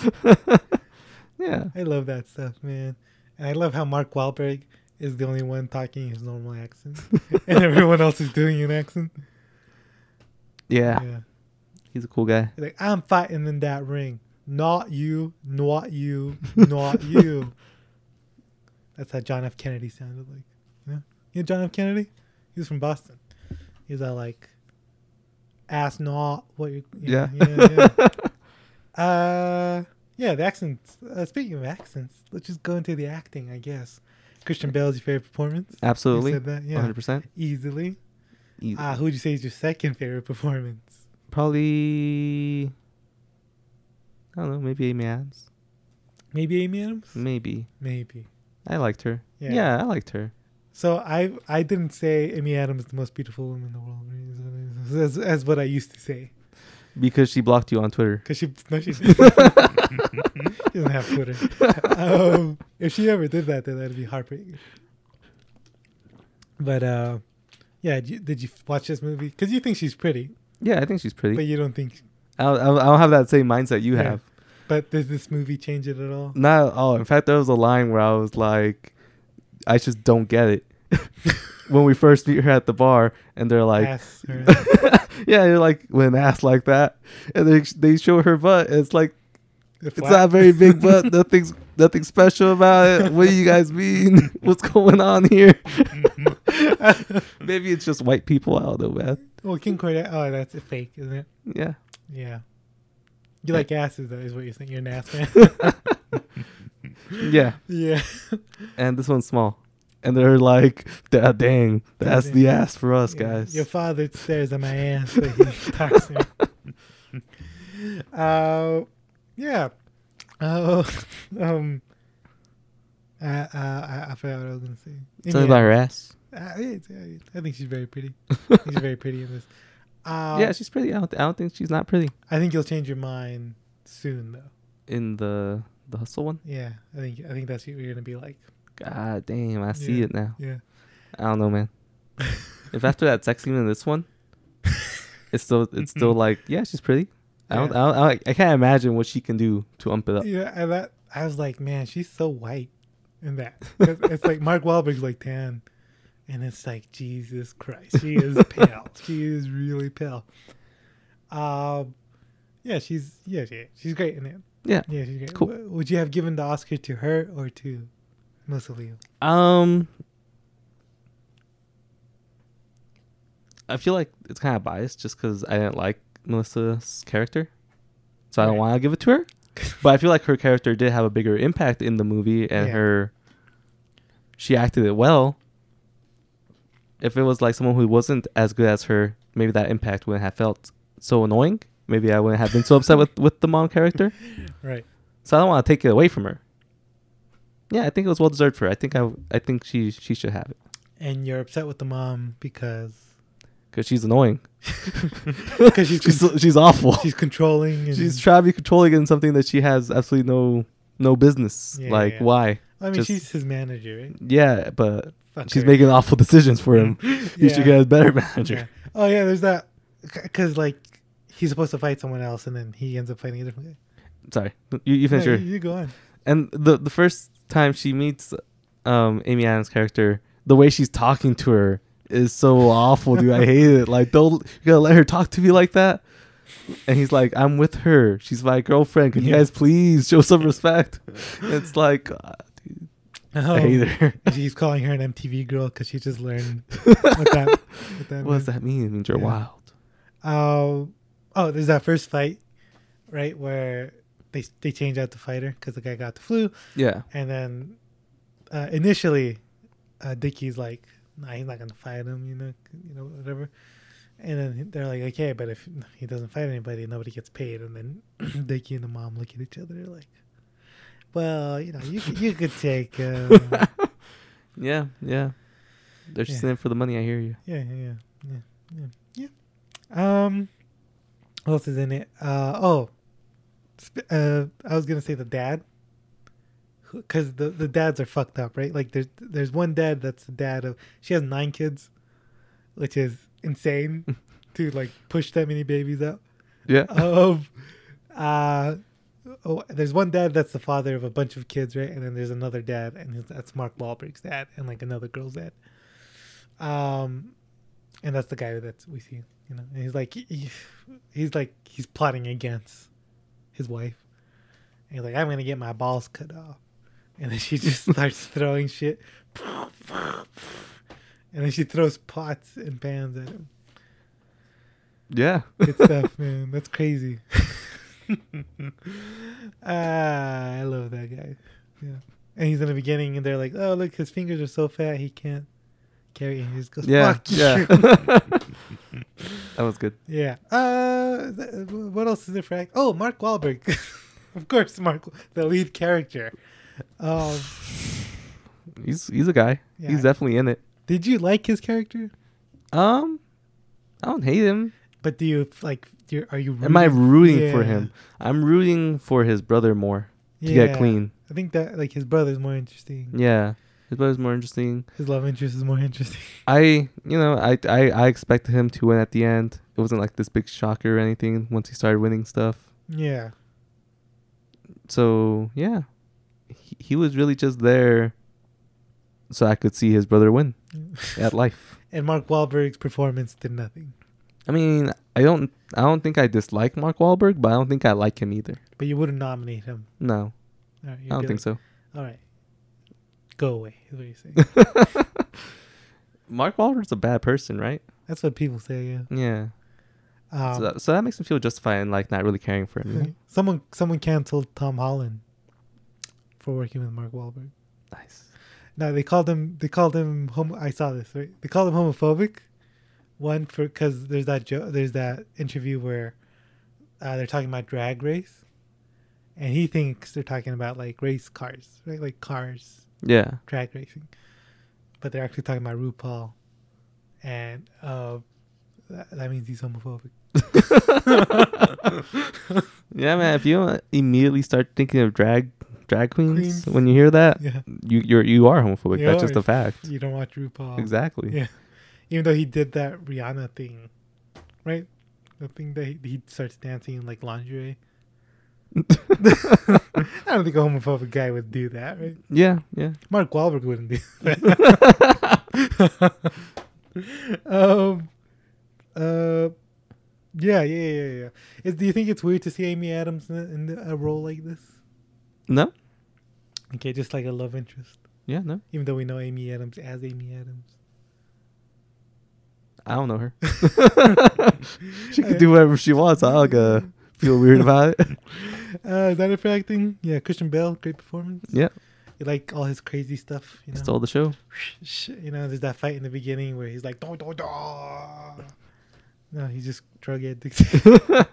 Speaker 2: yeah,
Speaker 1: I love that stuff, man, and I love how Mark Wahlberg is the only one talking his normal accent, and everyone else is doing an accent.
Speaker 2: yeah.
Speaker 1: Yeah,
Speaker 2: He's a cool guy.
Speaker 1: He's like I'm fighting in that ring, not you, not you, not you. That's how John F. Kennedy sounded like. You know, you know John F. Kennedy? He was from Boston. He was all like, ass not what you. you know,
Speaker 2: Yeah.
Speaker 1: yeah, yeah. uh, yeah, the accents. Uh, speaking of accents, let's just go into the acting, I guess. Christian Bale's your favorite performance?
Speaker 2: Absolutely, E-
Speaker 1: You said that, yeah.
Speaker 2: 100%.
Speaker 1: Easily.
Speaker 2: Easy.
Speaker 1: Uh, who would you say is your second favorite performance?
Speaker 2: Probably. I don't know. Maybe Amy Adams.
Speaker 1: Maybe Amy Adams?
Speaker 2: Maybe
Speaker 1: Maybe.
Speaker 2: I liked her.
Speaker 1: Yeah.
Speaker 2: Yeah, I liked her.
Speaker 1: So I I didn't say Amy Adams is the most beautiful woman in the world. That's, that's what I used to say.
Speaker 2: Because she blocked you on Twitter.
Speaker 1: Cause she, no, she, she doesn't have Twitter. Um, if she ever did that, then that'd be heartbreaking. But uh, yeah, did you, did you watch this movie? Cause you think she's pretty,
Speaker 2: Yeah, I think she's
Speaker 1: but
Speaker 2: pretty.
Speaker 1: you don't think.
Speaker 2: I don't, I don't- I don't have that same mindset you
Speaker 1: Yeah.
Speaker 2: have.
Speaker 1: But does this movie change it at all?
Speaker 2: Not at all. In fact, there was a line where I was like, I just don't get it. when we first meet her at the bar, and they're like,
Speaker 1: Ass or-
Speaker 2: yeah, you're like with an ass like that, and they they show her butt. and it's like it's
Speaker 1: flat?
Speaker 2: not a very big butt. Nothing's nothing special about it. What do you guys mean? What's going on here?
Speaker 1: Mm-hmm.
Speaker 2: Maybe it's just white people. I don't know, man.
Speaker 1: Well, King Cordat. Oh, that's a fake, isn't it?
Speaker 2: Yeah,
Speaker 1: Yeah. You like asses, though, is what you're saying. You're an ass man.
Speaker 2: yeah.
Speaker 1: yeah.
Speaker 2: And this one's small, and they're like, "Da- dang, that's
Speaker 1: dang.
Speaker 2: the ass for us
Speaker 1: Yeah,
Speaker 2: guys.
Speaker 1: Your father stares at my ass when he talks to me. uh, yeah. Oh, um, uh, uh, I, I forgot what I was gonna say.
Speaker 2: Something about her ass.
Speaker 1: Uh, it's- uh, I think she's very pretty. she's very pretty in this. Uh,
Speaker 2: yeah, she's pretty. I don't, I don't think she's not pretty
Speaker 1: I think you'll change your mind soon, though.
Speaker 2: in the the hustle one.
Speaker 1: Yeah, I think I think that's what you're gonna be like.
Speaker 2: God damn, I see
Speaker 1: Yeah.
Speaker 2: it now.
Speaker 1: Yeah.
Speaker 2: I don't know, man. if after that sex scene in this one, it's still it's still like yeah, she's pretty. I don't,
Speaker 1: Yeah.
Speaker 2: I don't I, I can't imagine what she can do to ump it up.
Speaker 1: Yeah, and that I was like, man, she's so white in that. 'Cause It's like Mark Wahlberg's like tan, and it's like Jesus Christ, she is pale. She is really pale. Um, yeah, she's yeah, she, she's great in it.
Speaker 2: Yeah.
Speaker 1: Yeah, she's great.
Speaker 2: Cool.
Speaker 1: W- Would you have given the Oscar to her or to Mussolini?
Speaker 2: Um, I feel like it's kind of biased just because I didn't like Melissa's character, so I don't
Speaker 1: Right.
Speaker 2: want to give it to her. but I feel like her character did have a bigger impact in the movie, and
Speaker 1: Yeah.
Speaker 2: her she acted it well. If it was like someone who wasn't as good as her, maybe that impact wouldn't have felt so annoying. Maybe I wouldn't have been so upset with with the mom character.
Speaker 1: Right.
Speaker 2: So I don't want to take it away from her. Yeah, I think it was well deserved for her. I think I I think she she should have it
Speaker 1: And you're upset with the mom because
Speaker 2: because she's annoying.
Speaker 1: because she's
Speaker 2: She's
Speaker 1: con-
Speaker 2: she's awful.
Speaker 1: she's
Speaker 2: She's,
Speaker 1: controlling. And,
Speaker 2: trying to be controlling in something that she has absolutely no no business.
Speaker 1: Yeah,
Speaker 2: like
Speaker 1: yeah.
Speaker 2: why?
Speaker 1: I mean,
Speaker 2: just-
Speaker 1: she's his manager. Right?
Speaker 2: Yeah, but
Speaker 1: Fuck
Speaker 2: she's
Speaker 1: her.
Speaker 2: making awful decisions for him. He
Speaker 1: Yeah.
Speaker 2: should get a better manager.
Speaker 1: Yeah. Oh yeah, there's that because like he's supposed to fight someone else and then he ends up fighting a different guy.
Speaker 2: Sorry, you, you
Speaker 1: No,
Speaker 2: finish your
Speaker 1: you, you go on.
Speaker 2: and the the first time she meets um Amy Adams' character, the way she's talking to her is so awful, dude. I hate it. Like, don't you gotta let her talk to me like that? And he's like, "I'm with her. She's my girlfriend. Can you guys please show some respect?" It's like, ah, dude,
Speaker 1: No.
Speaker 2: I hate her.
Speaker 1: She's Oh. calling her an MTV girl because she just learned what that. What that
Speaker 2: what does
Speaker 1: meant.
Speaker 2: that mean? It means you're
Speaker 1: Yeah.
Speaker 2: wild.
Speaker 1: Uh, oh, there's that first fight, right where they they change out the fighter because the guy got the flu,
Speaker 2: Yeah.
Speaker 1: and then uh, initially, uh, Dickie's like, "Nah, he's not gonna fight him," you know, you know, whatever. And then they're like, "Okay, but if he doesn't fight anybody, nobody gets paid." And then Dickie and the mom look at each other they're like, "Well, you know, you could- you could take." Uh,
Speaker 2: Yeah. Yeah. They're just
Speaker 1: Yeah.
Speaker 2: in it for the money. I hear you.
Speaker 1: Yeah, yeah, yeah, yeah, yeah. yeah. Um, what else is in it? Uh, oh, sp- uh, I was gonna say the dad, because the the dads are fucked up, right? Like there's there's one dad that's the dad of she has nine kids, which is insane to like push that many babies out.
Speaker 2: Yeah.
Speaker 1: Um, uh. Oh, there's one dad that's the father of a bunch of kids, right? And then there's another dad, and his- that's Mark Wahlberg's dad, and like another girl's dad. Um, and that's the guy that we see, you know. And he's like, he- he- he's like, he's plotting against his wife. And he's like, I'm gonna get my balls cut off. And then she just starts throwing shit. And then she throws pots and pans at him.
Speaker 2: yeah.
Speaker 1: Good stuff, man. That's crazy. ah, I love that guy. Yeah. And he's in the beginning, and they're like, "Oh, look, his fingers are so fat he can't carry." it." He just goes,
Speaker 2: yeah.
Speaker 1: "Fuck
Speaker 2: Yeah.
Speaker 1: you."
Speaker 2: that was good.
Speaker 1: Yeah. Uh, th- what else is there for? act- Oh, Mark Wahlberg. of course, Mark, the lead character. Um,
Speaker 2: He's he's a guy.
Speaker 1: Yeah.
Speaker 2: He's definitely in it.
Speaker 1: did you like his character?
Speaker 2: Um, I don't hate him.
Speaker 1: But do you like? Do you, are you?
Speaker 2: Am I rooting for
Speaker 1: Mm. Yeah.
Speaker 2: him? I'm rooting for his brother more to
Speaker 1: Yeah.
Speaker 2: get clean.
Speaker 1: I think that like his brother's more interesting.
Speaker 2: Yeah, his brother's more interesting.
Speaker 1: His love interest is more interesting.
Speaker 2: I, you know, I, I, I expected him to win at the end. It wasn't like this big shocker or anything once he started winning stuff.
Speaker 1: yeah.
Speaker 2: So yeah, he, he was really just there, so I could see his brother win at life.
Speaker 1: And Mark Wahlberg's performance did nothing.
Speaker 2: I mean, I don't, I don't think I dislike Mark Wahlberg, but I don't think I like him either.
Speaker 1: But you wouldn't nominate him. All
Speaker 2: No,
Speaker 1: right,
Speaker 2: I don't think so.
Speaker 1: All right. Go away. Is what you're saying.
Speaker 2: Mark Wahlberg's a bad person, right?
Speaker 1: That's what people say. Yeah.
Speaker 2: Yeah.
Speaker 1: Um,
Speaker 2: so, that, so that makes me feel justified in like not really caring for him. you know?
Speaker 1: Someone someone canceled Tom Holland for working with Mark Wahlberg.
Speaker 2: Nice.
Speaker 1: No, they called him. They called him. Homo- I saw this. Right? They called him homophobic. One for because there's that jo- there's that interview where uh, they're talking about drag race, and he thinks they're talking about like race cars, right? Like cars,
Speaker 2: Yeah.
Speaker 1: drag racing, but they're actually talking about RuPaul, and uh, that, that means he's homophobic.
Speaker 2: Yeah, man. If you don't immediately start thinking of drag drag queens,
Speaker 1: Queens.
Speaker 2: when you hear that,
Speaker 1: Yeah.
Speaker 2: you you're you are homophobic.
Speaker 1: You
Speaker 2: That's
Speaker 1: are.
Speaker 2: just a fact.
Speaker 1: You don't watch RuPaul.
Speaker 2: Exactly.
Speaker 1: Yeah. Even though he did that Rihanna thing, right? The thing that he, he starts dancing in like lingerie. I don't think a homophobic guy would do that, right?
Speaker 2: Yeah, yeah.
Speaker 1: Mark Wahlberg wouldn't do that. um, uh, yeah, yeah, yeah, yeah. Is, do you think it's weird to see Amy Adams in, in a role like this?
Speaker 2: No.
Speaker 1: Okay, just like a love interest.
Speaker 2: Yeah, no.
Speaker 1: Even though we know Amy Adams as Amy Adams.
Speaker 2: I don't know her. she can do whatever she wants. I'll uh, feel weird about it.
Speaker 1: Uh, is that it for acting? Yeah, Christian Bell, great performance.
Speaker 2: yeah.
Speaker 1: you like all his crazy stuff. You know,
Speaker 2: Stole the show.
Speaker 1: Sh- you know, there's that fight in the beginning where he's like, "Don't, don't, don't." No, he's just drug addict. yeah,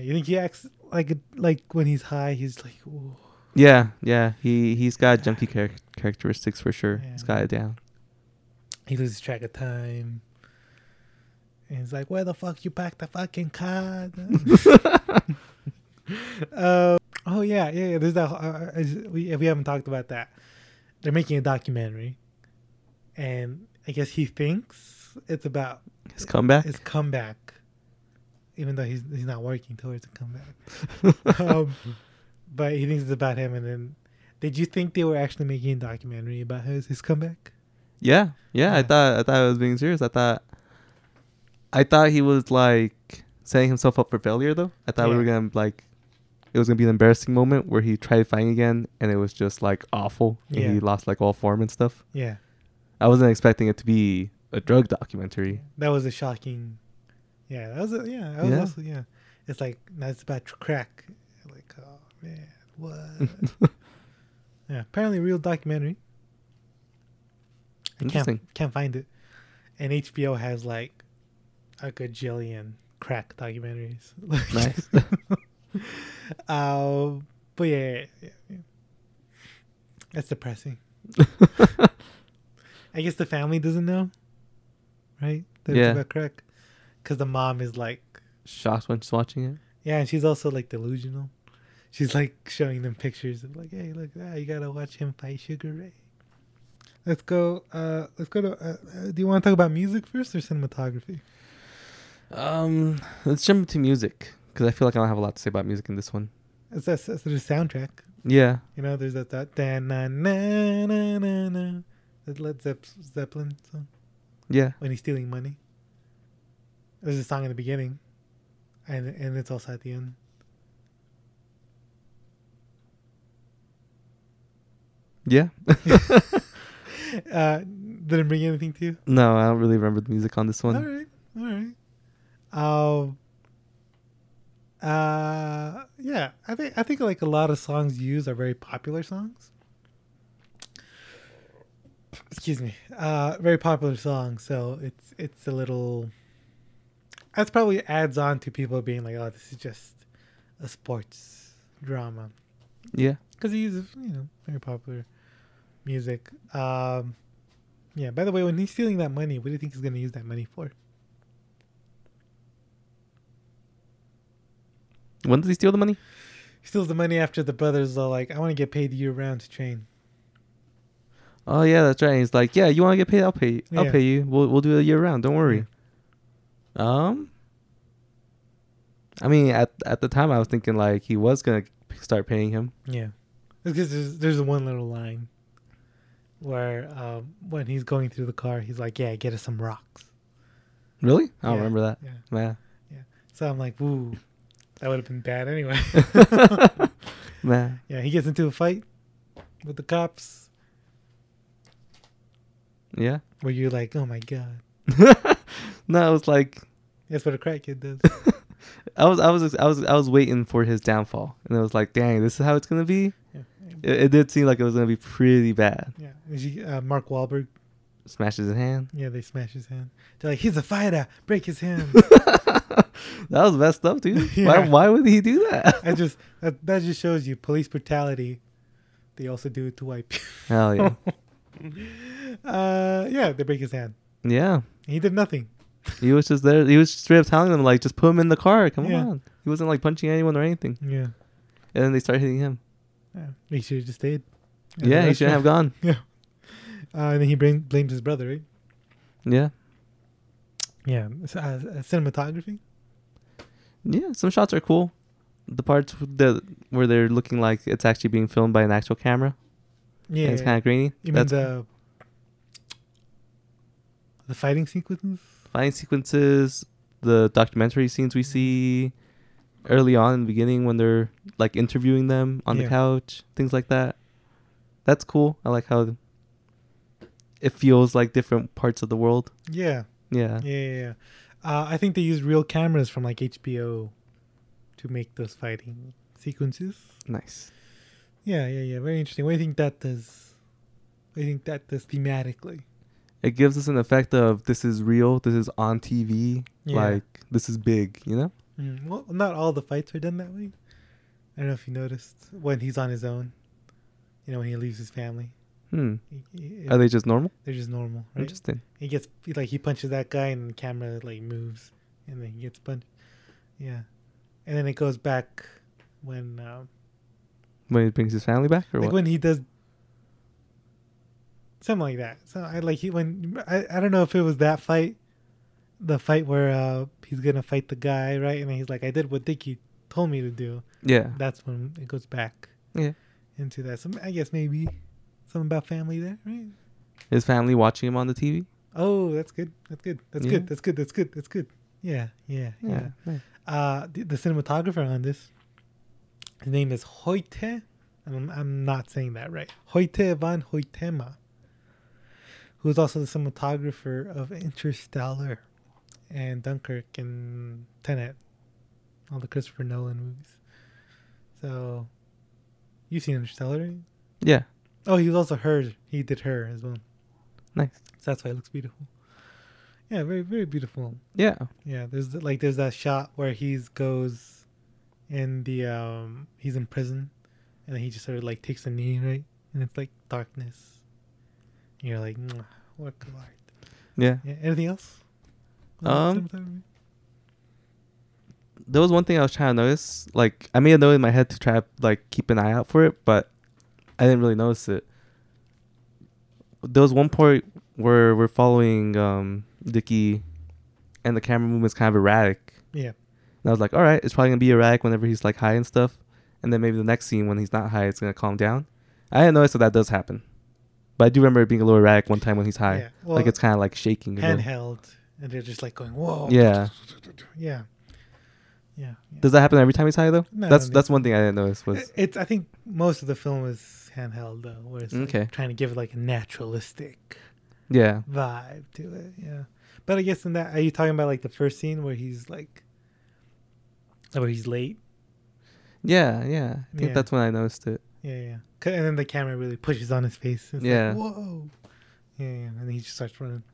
Speaker 1: you think he acts like a, like when he's high, he's like, "Ooh,
Speaker 2: Yeah, yeah. He he's got junky charac characteristics for sure. He's
Speaker 1: Yeah.
Speaker 2: got it down.
Speaker 1: he loses track of time." And he's like, "Where the fuck you packed the fucking car?" uh, oh yeah, yeah, yeah. There's that. Uh, is, we we haven't talked about that. They're making a documentary, and I guess he thinks it's about
Speaker 2: His comeback.
Speaker 1: his comeback, even though he's he's not working towards a comeback. um, but he thinks it's about him. And then, did you think they were actually making a documentary about his his comeback?
Speaker 2: Yeah, yeah. I
Speaker 1: Yeah.
Speaker 2: thought I thought I was being serious. I thought I thought he was like setting himself up for failure though. I thought we
Speaker 1: Yeah.
Speaker 2: were gonna like it it was gonna be an embarrassing moment where he tried fighting again and it was just like awful and
Speaker 1: Yeah.
Speaker 2: he lost like all form and stuff.
Speaker 1: Yeah,
Speaker 2: I wasn't expecting it to be a drug documentary.
Speaker 1: that was a shocking. Yeah, that was a, yeah. That was
Speaker 2: Yeah.
Speaker 1: Also, yeah. It's like now it's about to crack. Like oh man, what? yeah, apparently real documentary. I
Speaker 2: Interesting.
Speaker 1: Can't, can't find it. And HBO has like a gajillion crack documentaries.
Speaker 2: Nice.
Speaker 1: uh, but yeah, yeah, yeah, yeah. that's depressing. I guess the family doesn't know, right? That
Speaker 2: Yeah.
Speaker 1: it's about crack, because the mom is like,
Speaker 2: Shocked when she's watching it.
Speaker 1: yeah, and she's also like delusional. She's like showing them pictures of like, hey, look, ah, you gotta watch him fight Sugar Ray. Let's go. Uh, let's go to. Uh, uh, do you want to talk about music first or cinematography?
Speaker 2: Um, let's jump to music because I feel like I don't have a lot to say about music in this one.
Speaker 1: It's that's that's the soundtrack.
Speaker 2: Yeah,
Speaker 1: You know, there's that that da na na na na na. That Led Zepp- Zeppelin song
Speaker 2: yeah.
Speaker 1: when he's stealing money. There's a song in the beginning, and and it's also at the end.
Speaker 2: Yeah.
Speaker 1: Uh, didn't bring anything to you.
Speaker 2: no, I don't really remember the music on this one.
Speaker 1: All right, all right. Um. Uh, yeah, I think I think like a lot of songs used are very popular songs. Excuse me, uh, very popular songs. So it's it's a little. That's probably adds on to people being like, oh, this is just a sports drama
Speaker 2: Yeah.
Speaker 1: because he uses you know very popular music. Um, yeah. By the way, when he's stealing that money, what do you think he's gonna use that money for?
Speaker 2: When does he steal the money?
Speaker 1: He steals the money after the brothers are like, "I want to get paid year round to train."
Speaker 2: Oh yeah, that's right. He's like, yeah, you want to get paid? I'll pay. You. I'll
Speaker 1: Yeah. Mm-hmm.
Speaker 2: pay you. We'll we'll do it year round. Don't worry. Um. I mean, at at the time, I was thinking like he was gonna start paying him.
Speaker 1: Yeah, because there's there's one little line where um, when he's going through the car, he's like, "Yeah, get us some rocks."
Speaker 2: Really? I don't
Speaker 1: Yeah,
Speaker 2: remember that.
Speaker 1: yeah.
Speaker 2: Man,
Speaker 1: So I'm like, "Ooh, that would have been bad anyway."
Speaker 2: man.
Speaker 1: yeah, he gets into a fight with the cops.
Speaker 2: Yeah.
Speaker 1: Where you're like, "Oh my god,
Speaker 2: No, it was like
Speaker 1: that's what a crack kid does."
Speaker 2: I was I was I was I was waiting for his downfall, and it was like, dang, this is how it's gonna be.
Speaker 1: Yeah.
Speaker 2: It, it did seem like it was gonna be pretty bad.
Speaker 1: yeah, Is he- uh, Mark Wahlberg
Speaker 2: Smashes his hand.
Speaker 1: Yeah, they smash his hand. They're like, he's a fighter. Break his hand.
Speaker 2: That was messed up, dude. Why
Speaker 1: Yeah.
Speaker 2: why would he do that?
Speaker 1: I just that, that just shows you police brutality. They also do it to white people.
Speaker 2: Hell yeah.
Speaker 1: Uh, yeah, they break his hand.
Speaker 2: Yeah.
Speaker 1: He did nothing.
Speaker 2: He was just there. He was straight up telling them like, just put him in the car. Come
Speaker 1: Yeah.
Speaker 2: on. He wasn't like punching anyone or anything.
Speaker 1: Yeah,
Speaker 2: And then they start hitting him.
Speaker 1: yeah. he should have just stayed. at the
Speaker 2: Yeah, he should have
Speaker 1: restaurant.
Speaker 2: gone.
Speaker 1: Uh, and then he blame, blames his brother, right?
Speaker 2: Yeah.
Speaker 1: Yeah, S- uh, uh, cinematography.
Speaker 2: Yeah. Some shots are cool. The parts that where they're looking like it's actually being filmed by an actual camera.
Speaker 1: Yeah,
Speaker 2: and it's kind of grainy.
Speaker 1: you mean
Speaker 2: That's
Speaker 1: the the fighting sequences?
Speaker 2: fighting sequences, the documentary scenes we see early on in the beginning when they're like interviewing them on
Speaker 1: Yeah.
Speaker 2: the couch, things like that. That's cool. I like how it feels like different parts of the world.
Speaker 1: Yeah,
Speaker 2: Yeah.
Speaker 1: yeah, yeah. yeah. Uh, I think they used real cameras from like HBO to make those fighting sequences.
Speaker 2: Nice.
Speaker 1: Yeah, yeah, yeah. Very interesting. What do you think that does? What do you think that does thematically?
Speaker 2: It gives us an effect of this is real, this is on TV,
Speaker 1: Yeah.
Speaker 2: like this is big, you know?
Speaker 1: Mm, well, not all the fights are done that way. I don't know if you noticed when he's on his own. You know, when he leaves his family,
Speaker 2: Hmm.
Speaker 1: he, he-
Speaker 2: Are they just normal?
Speaker 1: they're just normal, right?
Speaker 2: Interesting.
Speaker 1: he gets he, like he punches that guy, and the camera like moves, and then he gets punched. Yeah, and then it goes back when um,
Speaker 2: When he brings his family back or
Speaker 1: like
Speaker 2: what?
Speaker 1: when he does something like that. So I like he when I, I don't know if it was that fight, the fight where uh he's gonna fight the guy right, and then he's like, I did what Dickie told me to do.
Speaker 2: Yeah.
Speaker 1: That's when it goes back.
Speaker 2: Yeah.
Speaker 1: Into that, so I guess maybe something about family there, right?
Speaker 2: His family watching him on the TV?
Speaker 1: Oh, that's good. That's good. That's
Speaker 2: Yeah.
Speaker 1: good. That's good. That's good. That's good. Yeah, yeah, yeah.
Speaker 2: Yeah.
Speaker 1: Uh, the, the cinematographer on this, His name is Hoyte. I'm, I'm not saying that right. Hoyte van Hoytema, who is also the cinematographer of Interstellar and Dunkirk and Tenet, all the Christopher Nolan movies. So, you've seen Interstellar? right?
Speaker 2: Yeah.
Speaker 1: Oh, he was also her. He did her as well.
Speaker 2: Nice.
Speaker 1: So that's why it looks beautiful. Yeah, very very beautiful.
Speaker 2: Yeah.
Speaker 1: Yeah, there's th- like there's that shot where he's goes in the um he's in prison and then he just sort of like takes a knee, right? And it's like darkness. And you're like, "Mwah, work of art.
Speaker 2: Yeah.
Speaker 1: Yeah. Anything else?
Speaker 2: Um, There was one thing I was trying to notice. Like I made a note in my head to try to like keep an eye out for it, but I didn't really notice it. There was one point where we're following um Dicky and the camera movement's kind of erratic.
Speaker 1: Yeah.
Speaker 2: And I was like, all right, it's probably gonna be erratic whenever he's like high and stuff. And then maybe the next scene when he's not high, it's gonna calm down. I didn't notice that that does happen, but I do remember it being a little erratic one time when he's high.
Speaker 1: Yeah, well,
Speaker 2: like it's kind of like shaking. a little.
Speaker 1: Handheld, and they're just like going, whoa.
Speaker 2: Yeah.
Speaker 1: Yeah. Yeah. yeah.
Speaker 2: Does that happen every time he's high though?
Speaker 1: No, Eh. I don't
Speaker 2: that's
Speaker 1: think
Speaker 2: that's one thing I didn't notice was
Speaker 1: It- It's. I think most of the film is handheld though, where it's like,
Speaker 2: Okay.
Speaker 1: trying to give like a naturalistic
Speaker 2: yeah
Speaker 1: vibe to it. Yeah, but I guess in that, are you talking about like the first scene where he's like, where he's late?
Speaker 2: yeah yeah. I think
Speaker 1: Yeah.
Speaker 2: that's when I noticed it.
Speaker 1: Yeah, yeah. 'Cause- And then the camera really pushes on his face. It's
Speaker 2: Yeah.
Speaker 1: Like, Whoa. Yeah, yeah, and he just starts running.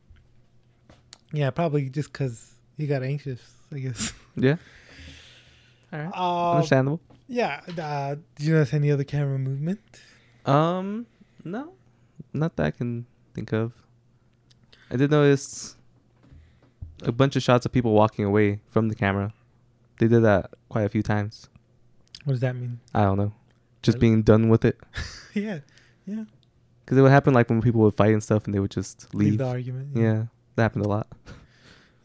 Speaker 1: Yeah, probably just because he got anxious. I guess.
Speaker 2: Yeah. All right.
Speaker 1: Uh,
Speaker 2: Understandable.
Speaker 1: yeah. Uh, did you notice any other camera movement?
Speaker 2: Um, no, not that I can think of. I did notice a bunch of shots of people walking away from the camera. They did that quite a few times.
Speaker 1: What does that mean?
Speaker 2: I don't know, just
Speaker 1: Really?
Speaker 2: being done with it.
Speaker 1: yeah,
Speaker 2: Because it would happen like when people would fight and stuff, and they would just leave.
Speaker 1: the argument.
Speaker 2: Yeah, that happened a lot.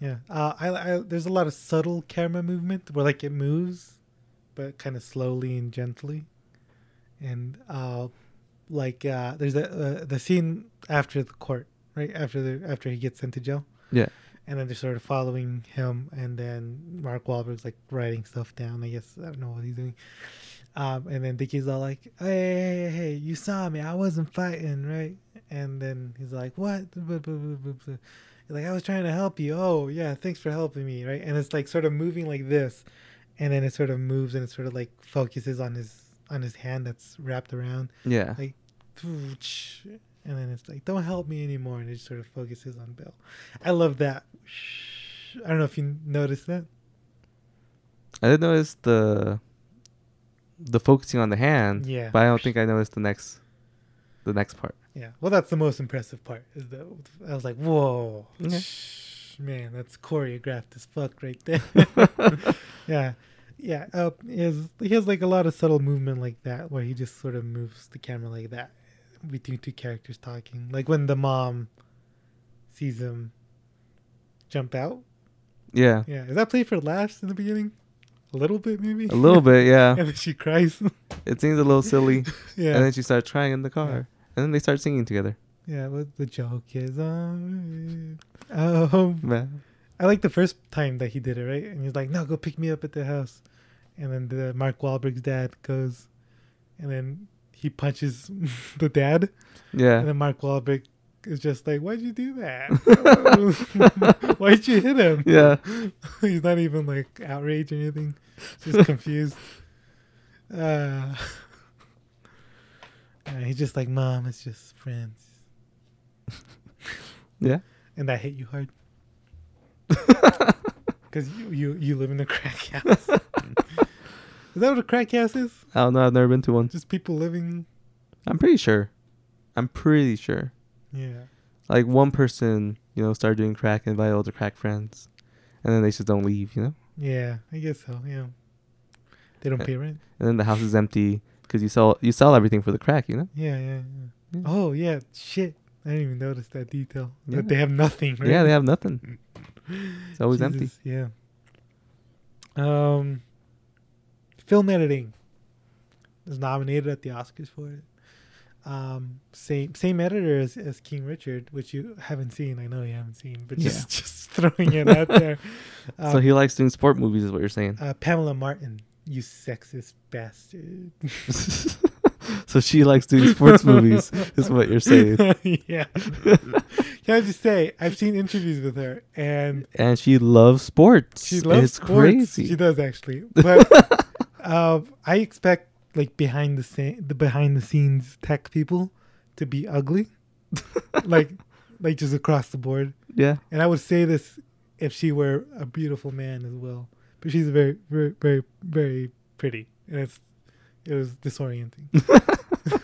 Speaker 1: Yeah, uh, I, I there's a lot of subtle camera movement where like it moves, but kind of slowly and gently, and uh, like uh, there's a, uh, the scene after the court, right after the after he gets sent to jail.
Speaker 2: Yeah.
Speaker 1: and then they're sort of following him, and then Mark Wahlberg's like writing stuff down. I guess I don't know what he's doing. Um, and then Dicky's all like, hey, hey, hey, hey, you saw me. I wasn't fighting, right? And then he's like, what? Blah, blah, blah, blah, blah. Like, I was trying to help you. Oh, yeah, thanks for helping me, right? And it's like sort of moving like this. And then it sort of moves and it sort of like focuses on his on his hand that's wrapped around.
Speaker 2: Yeah,
Speaker 1: Like, and then it's like, don't help me anymore. And it just sort of focuses on Bill. I love that. I don't know if you noticed that.
Speaker 2: I did notice the the focusing on the hand.
Speaker 1: Yeah.
Speaker 2: but I don't think I noticed the next the next part.
Speaker 1: Yeah. Well, that's the most impressive part. Is the I was like, whoa,
Speaker 2: Okay.
Speaker 1: man, that's choreographed as fuck right there. yeah, yeah. Uh, he has he has like a lot of subtle movement like that, where he just sort of moves the camera like that between two characters talking, like when the mom sees him jump out.
Speaker 2: Yeah,
Speaker 1: Yeah, is that played for laughs in the beginning? A little bit, maybe.
Speaker 2: a little bit. Yeah.
Speaker 1: and then she cries.
Speaker 2: It seems a little silly.
Speaker 1: yeah.
Speaker 2: And then she starts trying in the car. And then they start singing together.
Speaker 1: yeah, but the joke is on. me. Um,
Speaker 2: Yeah.
Speaker 1: I like the first time that he did it, right? And he's like, "No, go pick me up at the house," and then the Mark Wahlberg's dad goes, and then he punches the dad, and
Speaker 2: Yeah.
Speaker 1: then Mark Wahlberg is just like, "Why'd you do that? Why'd you hit him?"
Speaker 2: Yeah.
Speaker 1: he's not even like outraged or anything, just confused. Uh, and he's just like, "Mom, it's just friends,"
Speaker 2: Yeah.
Speaker 1: and that hit you hard. Because you, you you live in a crack house. is that what a crack house is?
Speaker 2: I don't know. I've never been to one.
Speaker 1: Just people living.
Speaker 2: I'm pretty sure. I'm pretty sure.
Speaker 1: Yeah.
Speaker 2: Like one person, you know, started doing crack and invited all their crack friends. And then they just don't leave, you know?
Speaker 1: Yeah, I guess so. Yeah. They don't pay rent.
Speaker 2: And then the house is empty because you sell you sell everything for the crack, you know?
Speaker 1: Yeah, yeah, yeah.
Speaker 2: Yeah.
Speaker 1: Oh, yeah. Shit. I didn't even notice that detail.
Speaker 2: Yeah.
Speaker 1: That they have nothing, right?
Speaker 2: Yeah, they have nothing. It's always Oh, empty.
Speaker 1: Jesus, Yeah. Um, film editing is nominated at the Oscars for it. Um, same same editor as, as King Richard, which you haven't seen. I know you haven't seen, but just just throwing it out there. Um,
Speaker 2: so he likes doing sport movies, is what you're saying.
Speaker 1: uh, Pamela Martin you sexist bastard.
Speaker 2: so she likes doing sports movies, is what you're saying.
Speaker 1: yeah. Can I just say, I've seen interviews with her and
Speaker 2: And she loves sports.
Speaker 1: she loves
Speaker 2: It's
Speaker 1: sports.
Speaker 2: crazy.
Speaker 1: She does actually. But uh, I expect like behind the scene, the behind the scenes tech people to be ugly, like like just across the board.
Speaker 2: yeah.
Speaker 1: And I would say this if she were a beautiful man as well. But she's very, very, very, very pretty, and it's it was disorienting.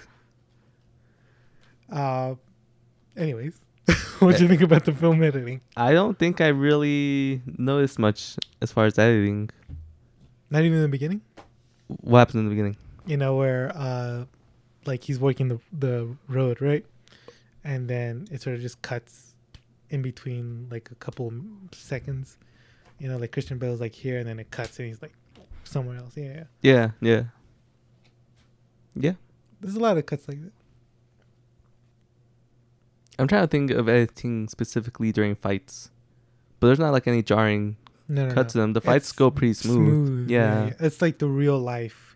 Speaker 1: uh, anyways, what do you think about the film editing?
Speaker 2: I don't think I really noticed much as far as editing.
Speaker 1: Not even in the beginning,
Speaker 2: What happened in the beginning?
Speaker 1: you know, where uh, like he's working the the road, right? And then it sort of just cuts in between like a couple seconds, you know, like Christian Bale's like here, and then it cuts, and he's like somewhere else. Yeah, yeah.
Speaker 2: Yeah, yeah. Yeah.
Speaker 1: There's a lot of cuts like that.
Speaker 2: I'm trying to think of editing specifically during fights. But there's not like any jarring
Speaker 1: No, no,
Speaker 2: cuts to
Speaker 1: no.
Speaker 2: them. The fights
Speaker 1: It's
Speaker 2: go pretty smooth. yeah. yeah.
Speaker 1: It's like the real life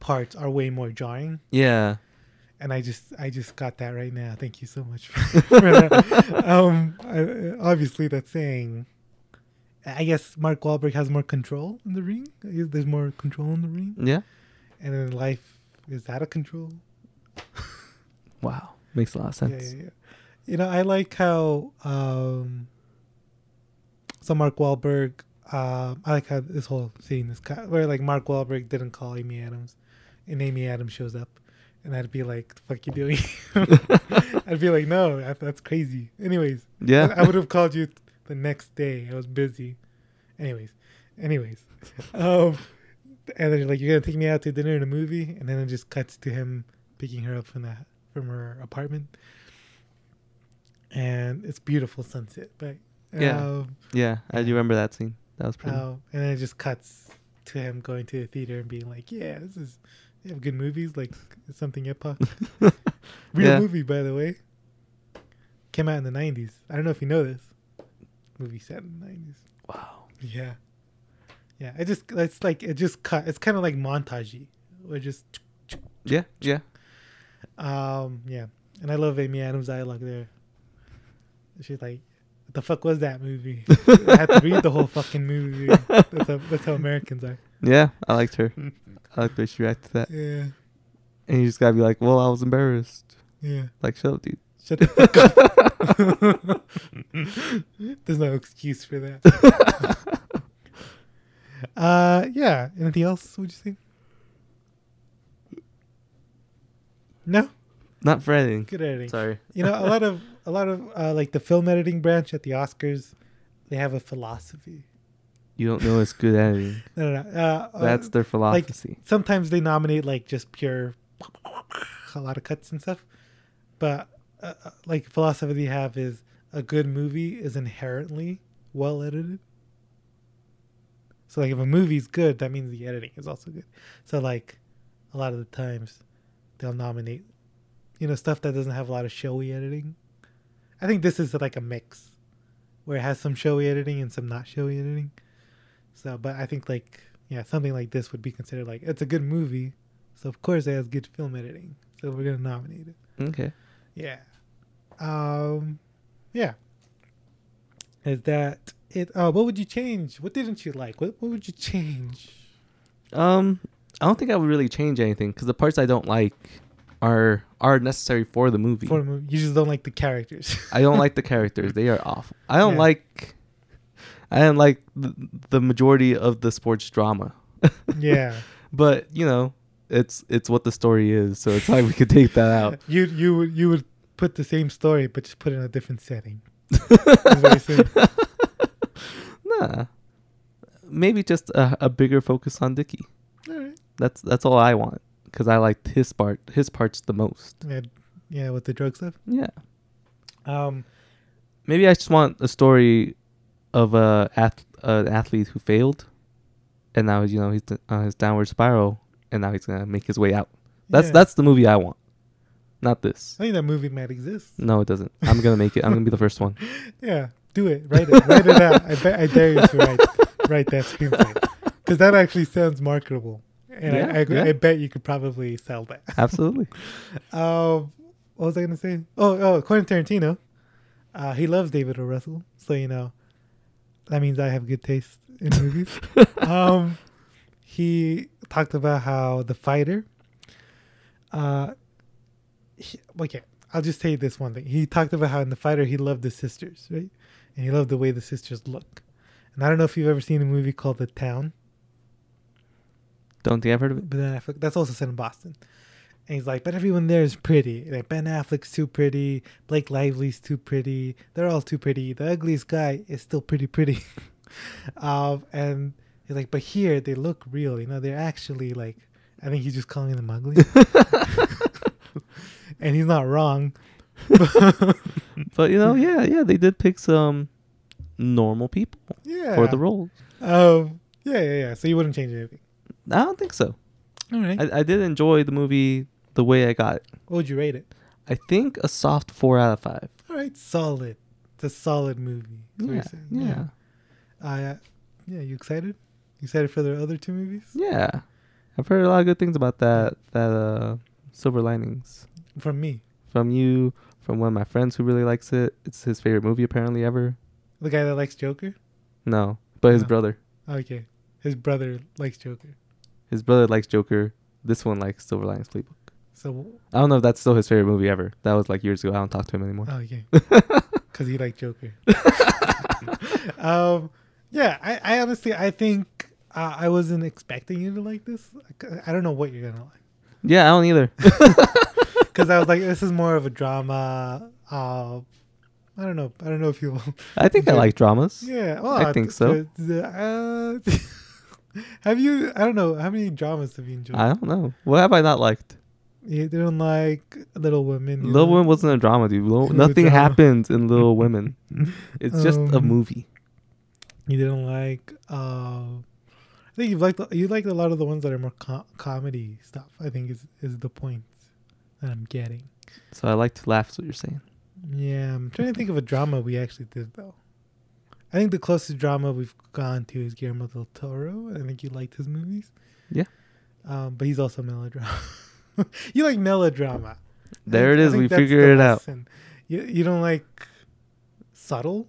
Speaker 1: parts are way more jarring, and I just I just got that right now. Thank you so much for, for that. Um, I, obviously that's saying. I guess Mark Wahlberg has more control in the ring. Is- There's more control in the ring,
Speaker 2: Yeah.
Speaker 1: and in life, is that a control?
Speaker 2: Wow. Makes a lot of
Speaker 1: Yeah,
Speaker 2: sense.
Speaker 1: yeah, yeah. You know, I like how um so Mark Wahlberg um I like how this whole scene is cut where like Mark Wahlberg didn't call Amy Adams and Amy Adams shows up and I'd be like, the fuck you doing? I'd be like, no, that- that's crazy. Anyways,
Speaker 2: Yeah.
Speaker 1: I would have called you the next day. I was busy. Anyways, anyways. Um, and then you're like, you're gonna take me out to dinner and a movie, and then it just cuts to him picking her up from the from her apartment, and it's beautiful sunset, but
Speaker 2: Yeah.
Speaker 1: um,
Speaker 2: Yeah, I do remember that scene. That was pretty.
Speaker 1: um, and then it just cuts to him going to the theater and being like, yeah, this is they have good movies like something epoch, real
Speaker 2: Yeah.
Speaker 1: movie by the way, came out in the '90s. I don't know if you know this, movie set in the '90s.
Speaker 2: wow.
Speaker 1: Yeah. Yeah, it just it's like it just cut. It's kind of like montagey. Or just
Speaker 2: Yeah, yeah.
Speaker 1: um yeah, and I love Amy Adams' dialogue there. She's like, "What the fuck was that movie?" I had to read the whole fucking movie. That's how, that's how Americans are.
Speaker 2: Yeah, I liked her. I liked the way she reacted to that.
Speaker 1: Yeah,
Speaker 2: And you just gotta be like, well, I was embarrassed.
Speaker 1: yeah.
Speaker 2: Like, shut up, dude.
Speaker 1: Shut the fuck up. There's no excuse for that. uh, yeah. Anything else? Would you say? No.
Speaker 2: Not for editing.
Speaker 1: Good editing.
Speaker 2: Sorry.
Speaker 1: you know a lot of a lot of uh, like the film editing branch at the oscars they have a philosophy
Speaker 2: You don't know it's good editing.
Speaker 1: no no, no. Uh, uh,
Speaker 2: That's their
Speaker 1: like
Speaker 2: philosophy.
Speaker 1: sometimes they nominate like just pure a lot of cuts and stuff but uh, uh, like philosophy they have is a good movie is inherently well edited so like if a movie's good that means the editing is also good so like a lot of the times they'll nominate you know stuff that doesn't have a lot of showy editing i think this is like a mix where it has some showy editing and some not showy editing so but i think like yeah something like this would be considered like it's a good movie so of course it has good film editing so we're gonna nominate it
Speaker 2: okay.
Speaker 1: yeah um yeah is that it uh what would you change what didn't you like what, what would you change
Speaker 2: Um, I don't think I would really change anything because the parts I don't like are are necessary for the movie.
Speaker 1: for a movie you just don't like the characters
Speaker 2: I don't like the characters; they are awful. I don't
Speaker 1: Yeah.
Speaker 2: like. I don't like the, the majority of the sports drama.
Speaker 1: yeah
Speaker 2: but you know it's it's what the story is so it's like we could take that out
Speaker 1: You you would you would put the same story, but just put it in a different setting. That's what I said.
Speaker 2: nah maybe just a, a bigger focus on Dickie.
Speaker 1: Alright.
Speaker 2: that's that's all i want because i liked his part his parts the most
Speaker 1: yeah, yeah, with the drug stuff.
Speaker 2: yeah
Speaker 1: Um,
Speaker 2: maybe i just want a story of a ath- an athlete who failed and now you know he's on his downward spiral and now he's gonna make his way out that's
Speaker 1: Yeah.
Speaker 2: that's the movie i want not this
Speaker 1: I think that movie might exist.
Speaker 2: no it doesn't i'm gonna make it i'm gonna be the first one
Speaker 1: Yeah, do it. Write it. write it out. I bet I dare you to write write that screenplay. 'Cause because that actually sounds marketable, and
Speaker 2: Yeah,
Speaker 1: I, I,
Speaker 2: yeah.
Speaker 1: I bet you could probably sell that.
Speaker 2: Absolutely.
Speaker 1: Um, what was I gonna say? Oh, oh, Quentin Tarantino. Uh, he loves David O. Russell, so you know that means I have good taste in movies. um, he talked about how the fighter. Uh, he- okay, I'll just tell you this one thing. He talked about how in the fighter he loved the sisters, right? And he loved the way the sisters look. And I don't know if you've ever seen a movie called The Town
Speaker 2: Don't think I've heard of it.
Speaker 1: but Ben Affleck. That's also set in Boston. And he's like, but everyone there is pretty. Like Ben Affleck's too pretty. Blake Lively's too pretty. They're all too pretty. The ugliest guy is still pretty pretty. um, and he's like, but here they look real. You know, they're actually like. I think he's just calling them ugly. and he's not wrong.
Speaker 2: But you know, yeah, yeah, they did pick some normal people
Speaker 1: Yeah.
Speaker 2: for the role.
Speaker 1: Um, yeah, yeah, yeah. So you wouldn't change anything.
Speaker 2: I don't think so.
Speaker 1: All right.
Speaker 2: I, I did enjoy the movie the way I got it.
Speaker 1: what would you rate it?
Speaker 2: I think a soft four out of five.
Speaker 1: All right, solid. It's a solid movie. is what
Speaker 2: Yeah,
Speaker 1: you're saying.
Speaker 2: yeah,
Speaker 1: Uh, yeah, you excited? You excited for the other two movies?
Speaker 2: yeah. I've heard a lot of good things about that. That uh, Silver Linings
Speaker 1: From me,
Speaker 2: from you, from one of my friends who really likes it. It's his favorite movie apparently ever.
Speaker 1: the guy that likes Joker.
Speaker 2: No, but his
Speaker 1: No.
Speaker 2: brother,
Speaker 1: Okay, his brother likes Joker.
Speaker 2: his brother likes Joker. This one likes Silver Linings Playbook.
Speaker 1: So
Speaker 2: I don't know if that's still his favorite movie ever. That was like years ago. I don't talk to him anymore.
Speaker 1: okay, because oh, he liked Joker. um, yeah, I, I honestly I think uh, I wasn't expecting you to like this. I don't know what you're gonna like
Speaker 2: Yeah, I don't either.
Speaker 1: because I was like, this is more of a drama. Uh, I don't know. I don't know if you will.
Speaker 2: I think I like dramas.
Speaker 1: Yeah, oh, well,
Speaker 2: I think so.
Speaker 1: uh, have you? I don't know. How many dramas have you enjoyed?
Speaker 2: I don't know. What have I not liked?
Speaker 1: You didn't like Little Women. you
Speaker 2: Little
Speaker 1: know?
Speaker 2: Women wasn't a drama, dude. Little,
Speaker 1: It was a
Speaker 2: nothing
Speaker 1: drama.
Speaker 2: happens in Little Women. It's just a
Speaker 1: Um,
Speaker 2: movie.
Speaker 1: You didn't like. Uh, I think you liked you liked a lot of the ones that are more co- comedy stuff. I think is is the point that I'm getting.
Speaker 2: So I like to laugh. Is what you're saying?
Speaker 1: Yeah, I'm trying to think of a drama we actually did though. I think the closest drama we've gone to is Guillermo del Toro. I think you liked his movies.
Speaker 2: Yeah.
Speaker 1: um, but he's also melodrama. you like melodrama.
Speaker 2: There
Speaker 1: I
Speaker 2: it
Speaker 1: think- I
Speaker 2: is.
Speaker 1: think
Speaker 2: We
Speaker 1: that's the
Speaker 2: figured it out.
Speaker 1: lesson. You, you don't like subtle.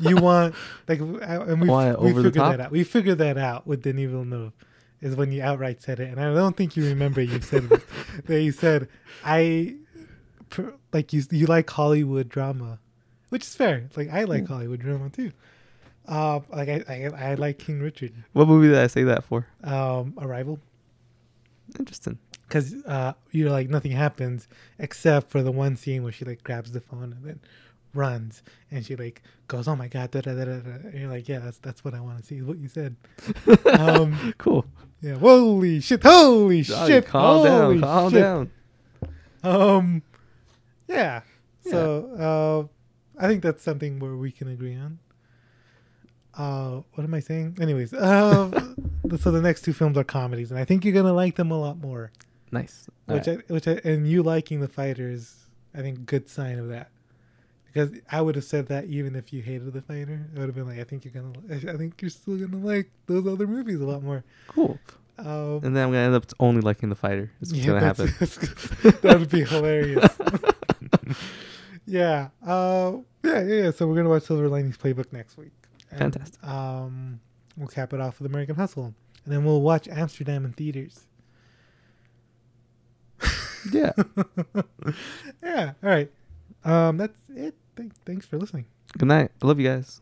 Speaker 1: you want like I- and we
Speaker 2: Why,
Speaker 1: we
Speaker 2: over the
Speaker 1: figured
Speaker 2: top?
Speaker 1: that out. We figured that out with Denis Villeneuve is when you outright said it, and I don't think you remember you said this, that you said I pr- like you you like Hollywood drama, which is fair. Like I like
Speaker 2: Hmm.
Speaker 1: Hollywood drama too. Uh, like I, I I like King Richard,
Speaker 2: What movie did I say that for?
Speaker 1: um, Arrival
Speaker 2: Interesting.
Speaker 1: because uh, you're like nothing happens except for the one scene where she like grabs the phone and then runs and she like goes oh my god da, da, da, da, da. and you're like yeah that's that's what i want to see what you said um
Speaker 2: Cool.
Speaker 1: yeah holy shit holy
Speaker 2: Dog,
Speaker 1: shit
Speaker 2: calm
Speaker 1: holy
Speaker 2: down. Calm
Speaker 1: shit.
Speaker 2: down.
Speaker 1: um yeah so uh i think that's something where we can agree on uh what am i saying anyways uh so the next two films are comedies and i think you're gonna like them a lot more
Speaker 2: Nice.
Speaker 1: which I, which I, and you liking the fighters, I think good sign of that. Because I would have said that even if you hated the fighter, I would have been like, I think you're gonna, I I think you're still gonna like those other movies a lot more.
Speaker 2: cool.
Speaker 1: Um,
Speaker 2: And then I'm gonna end up only liking the fighter. It's what's gonna
Speaker 1: that's-
Speaker 2: happen.
Speaker 1: that would be hilarious. yeah, uh, yeah, yeah, yeah. So we're gonna watch Silver Linings Playbook next week. And,
Speaker 2: Fantastic.
Speaker 1: Um, we'll cap it off with American Hustle, and then we'll watch Amsterdam in theaters.
Speaker 2: Yeah.
Speaker 1: yeah. All right. Um, that's it. Thank, thanks for listening.
Speaker 2: Good night. I love you guys.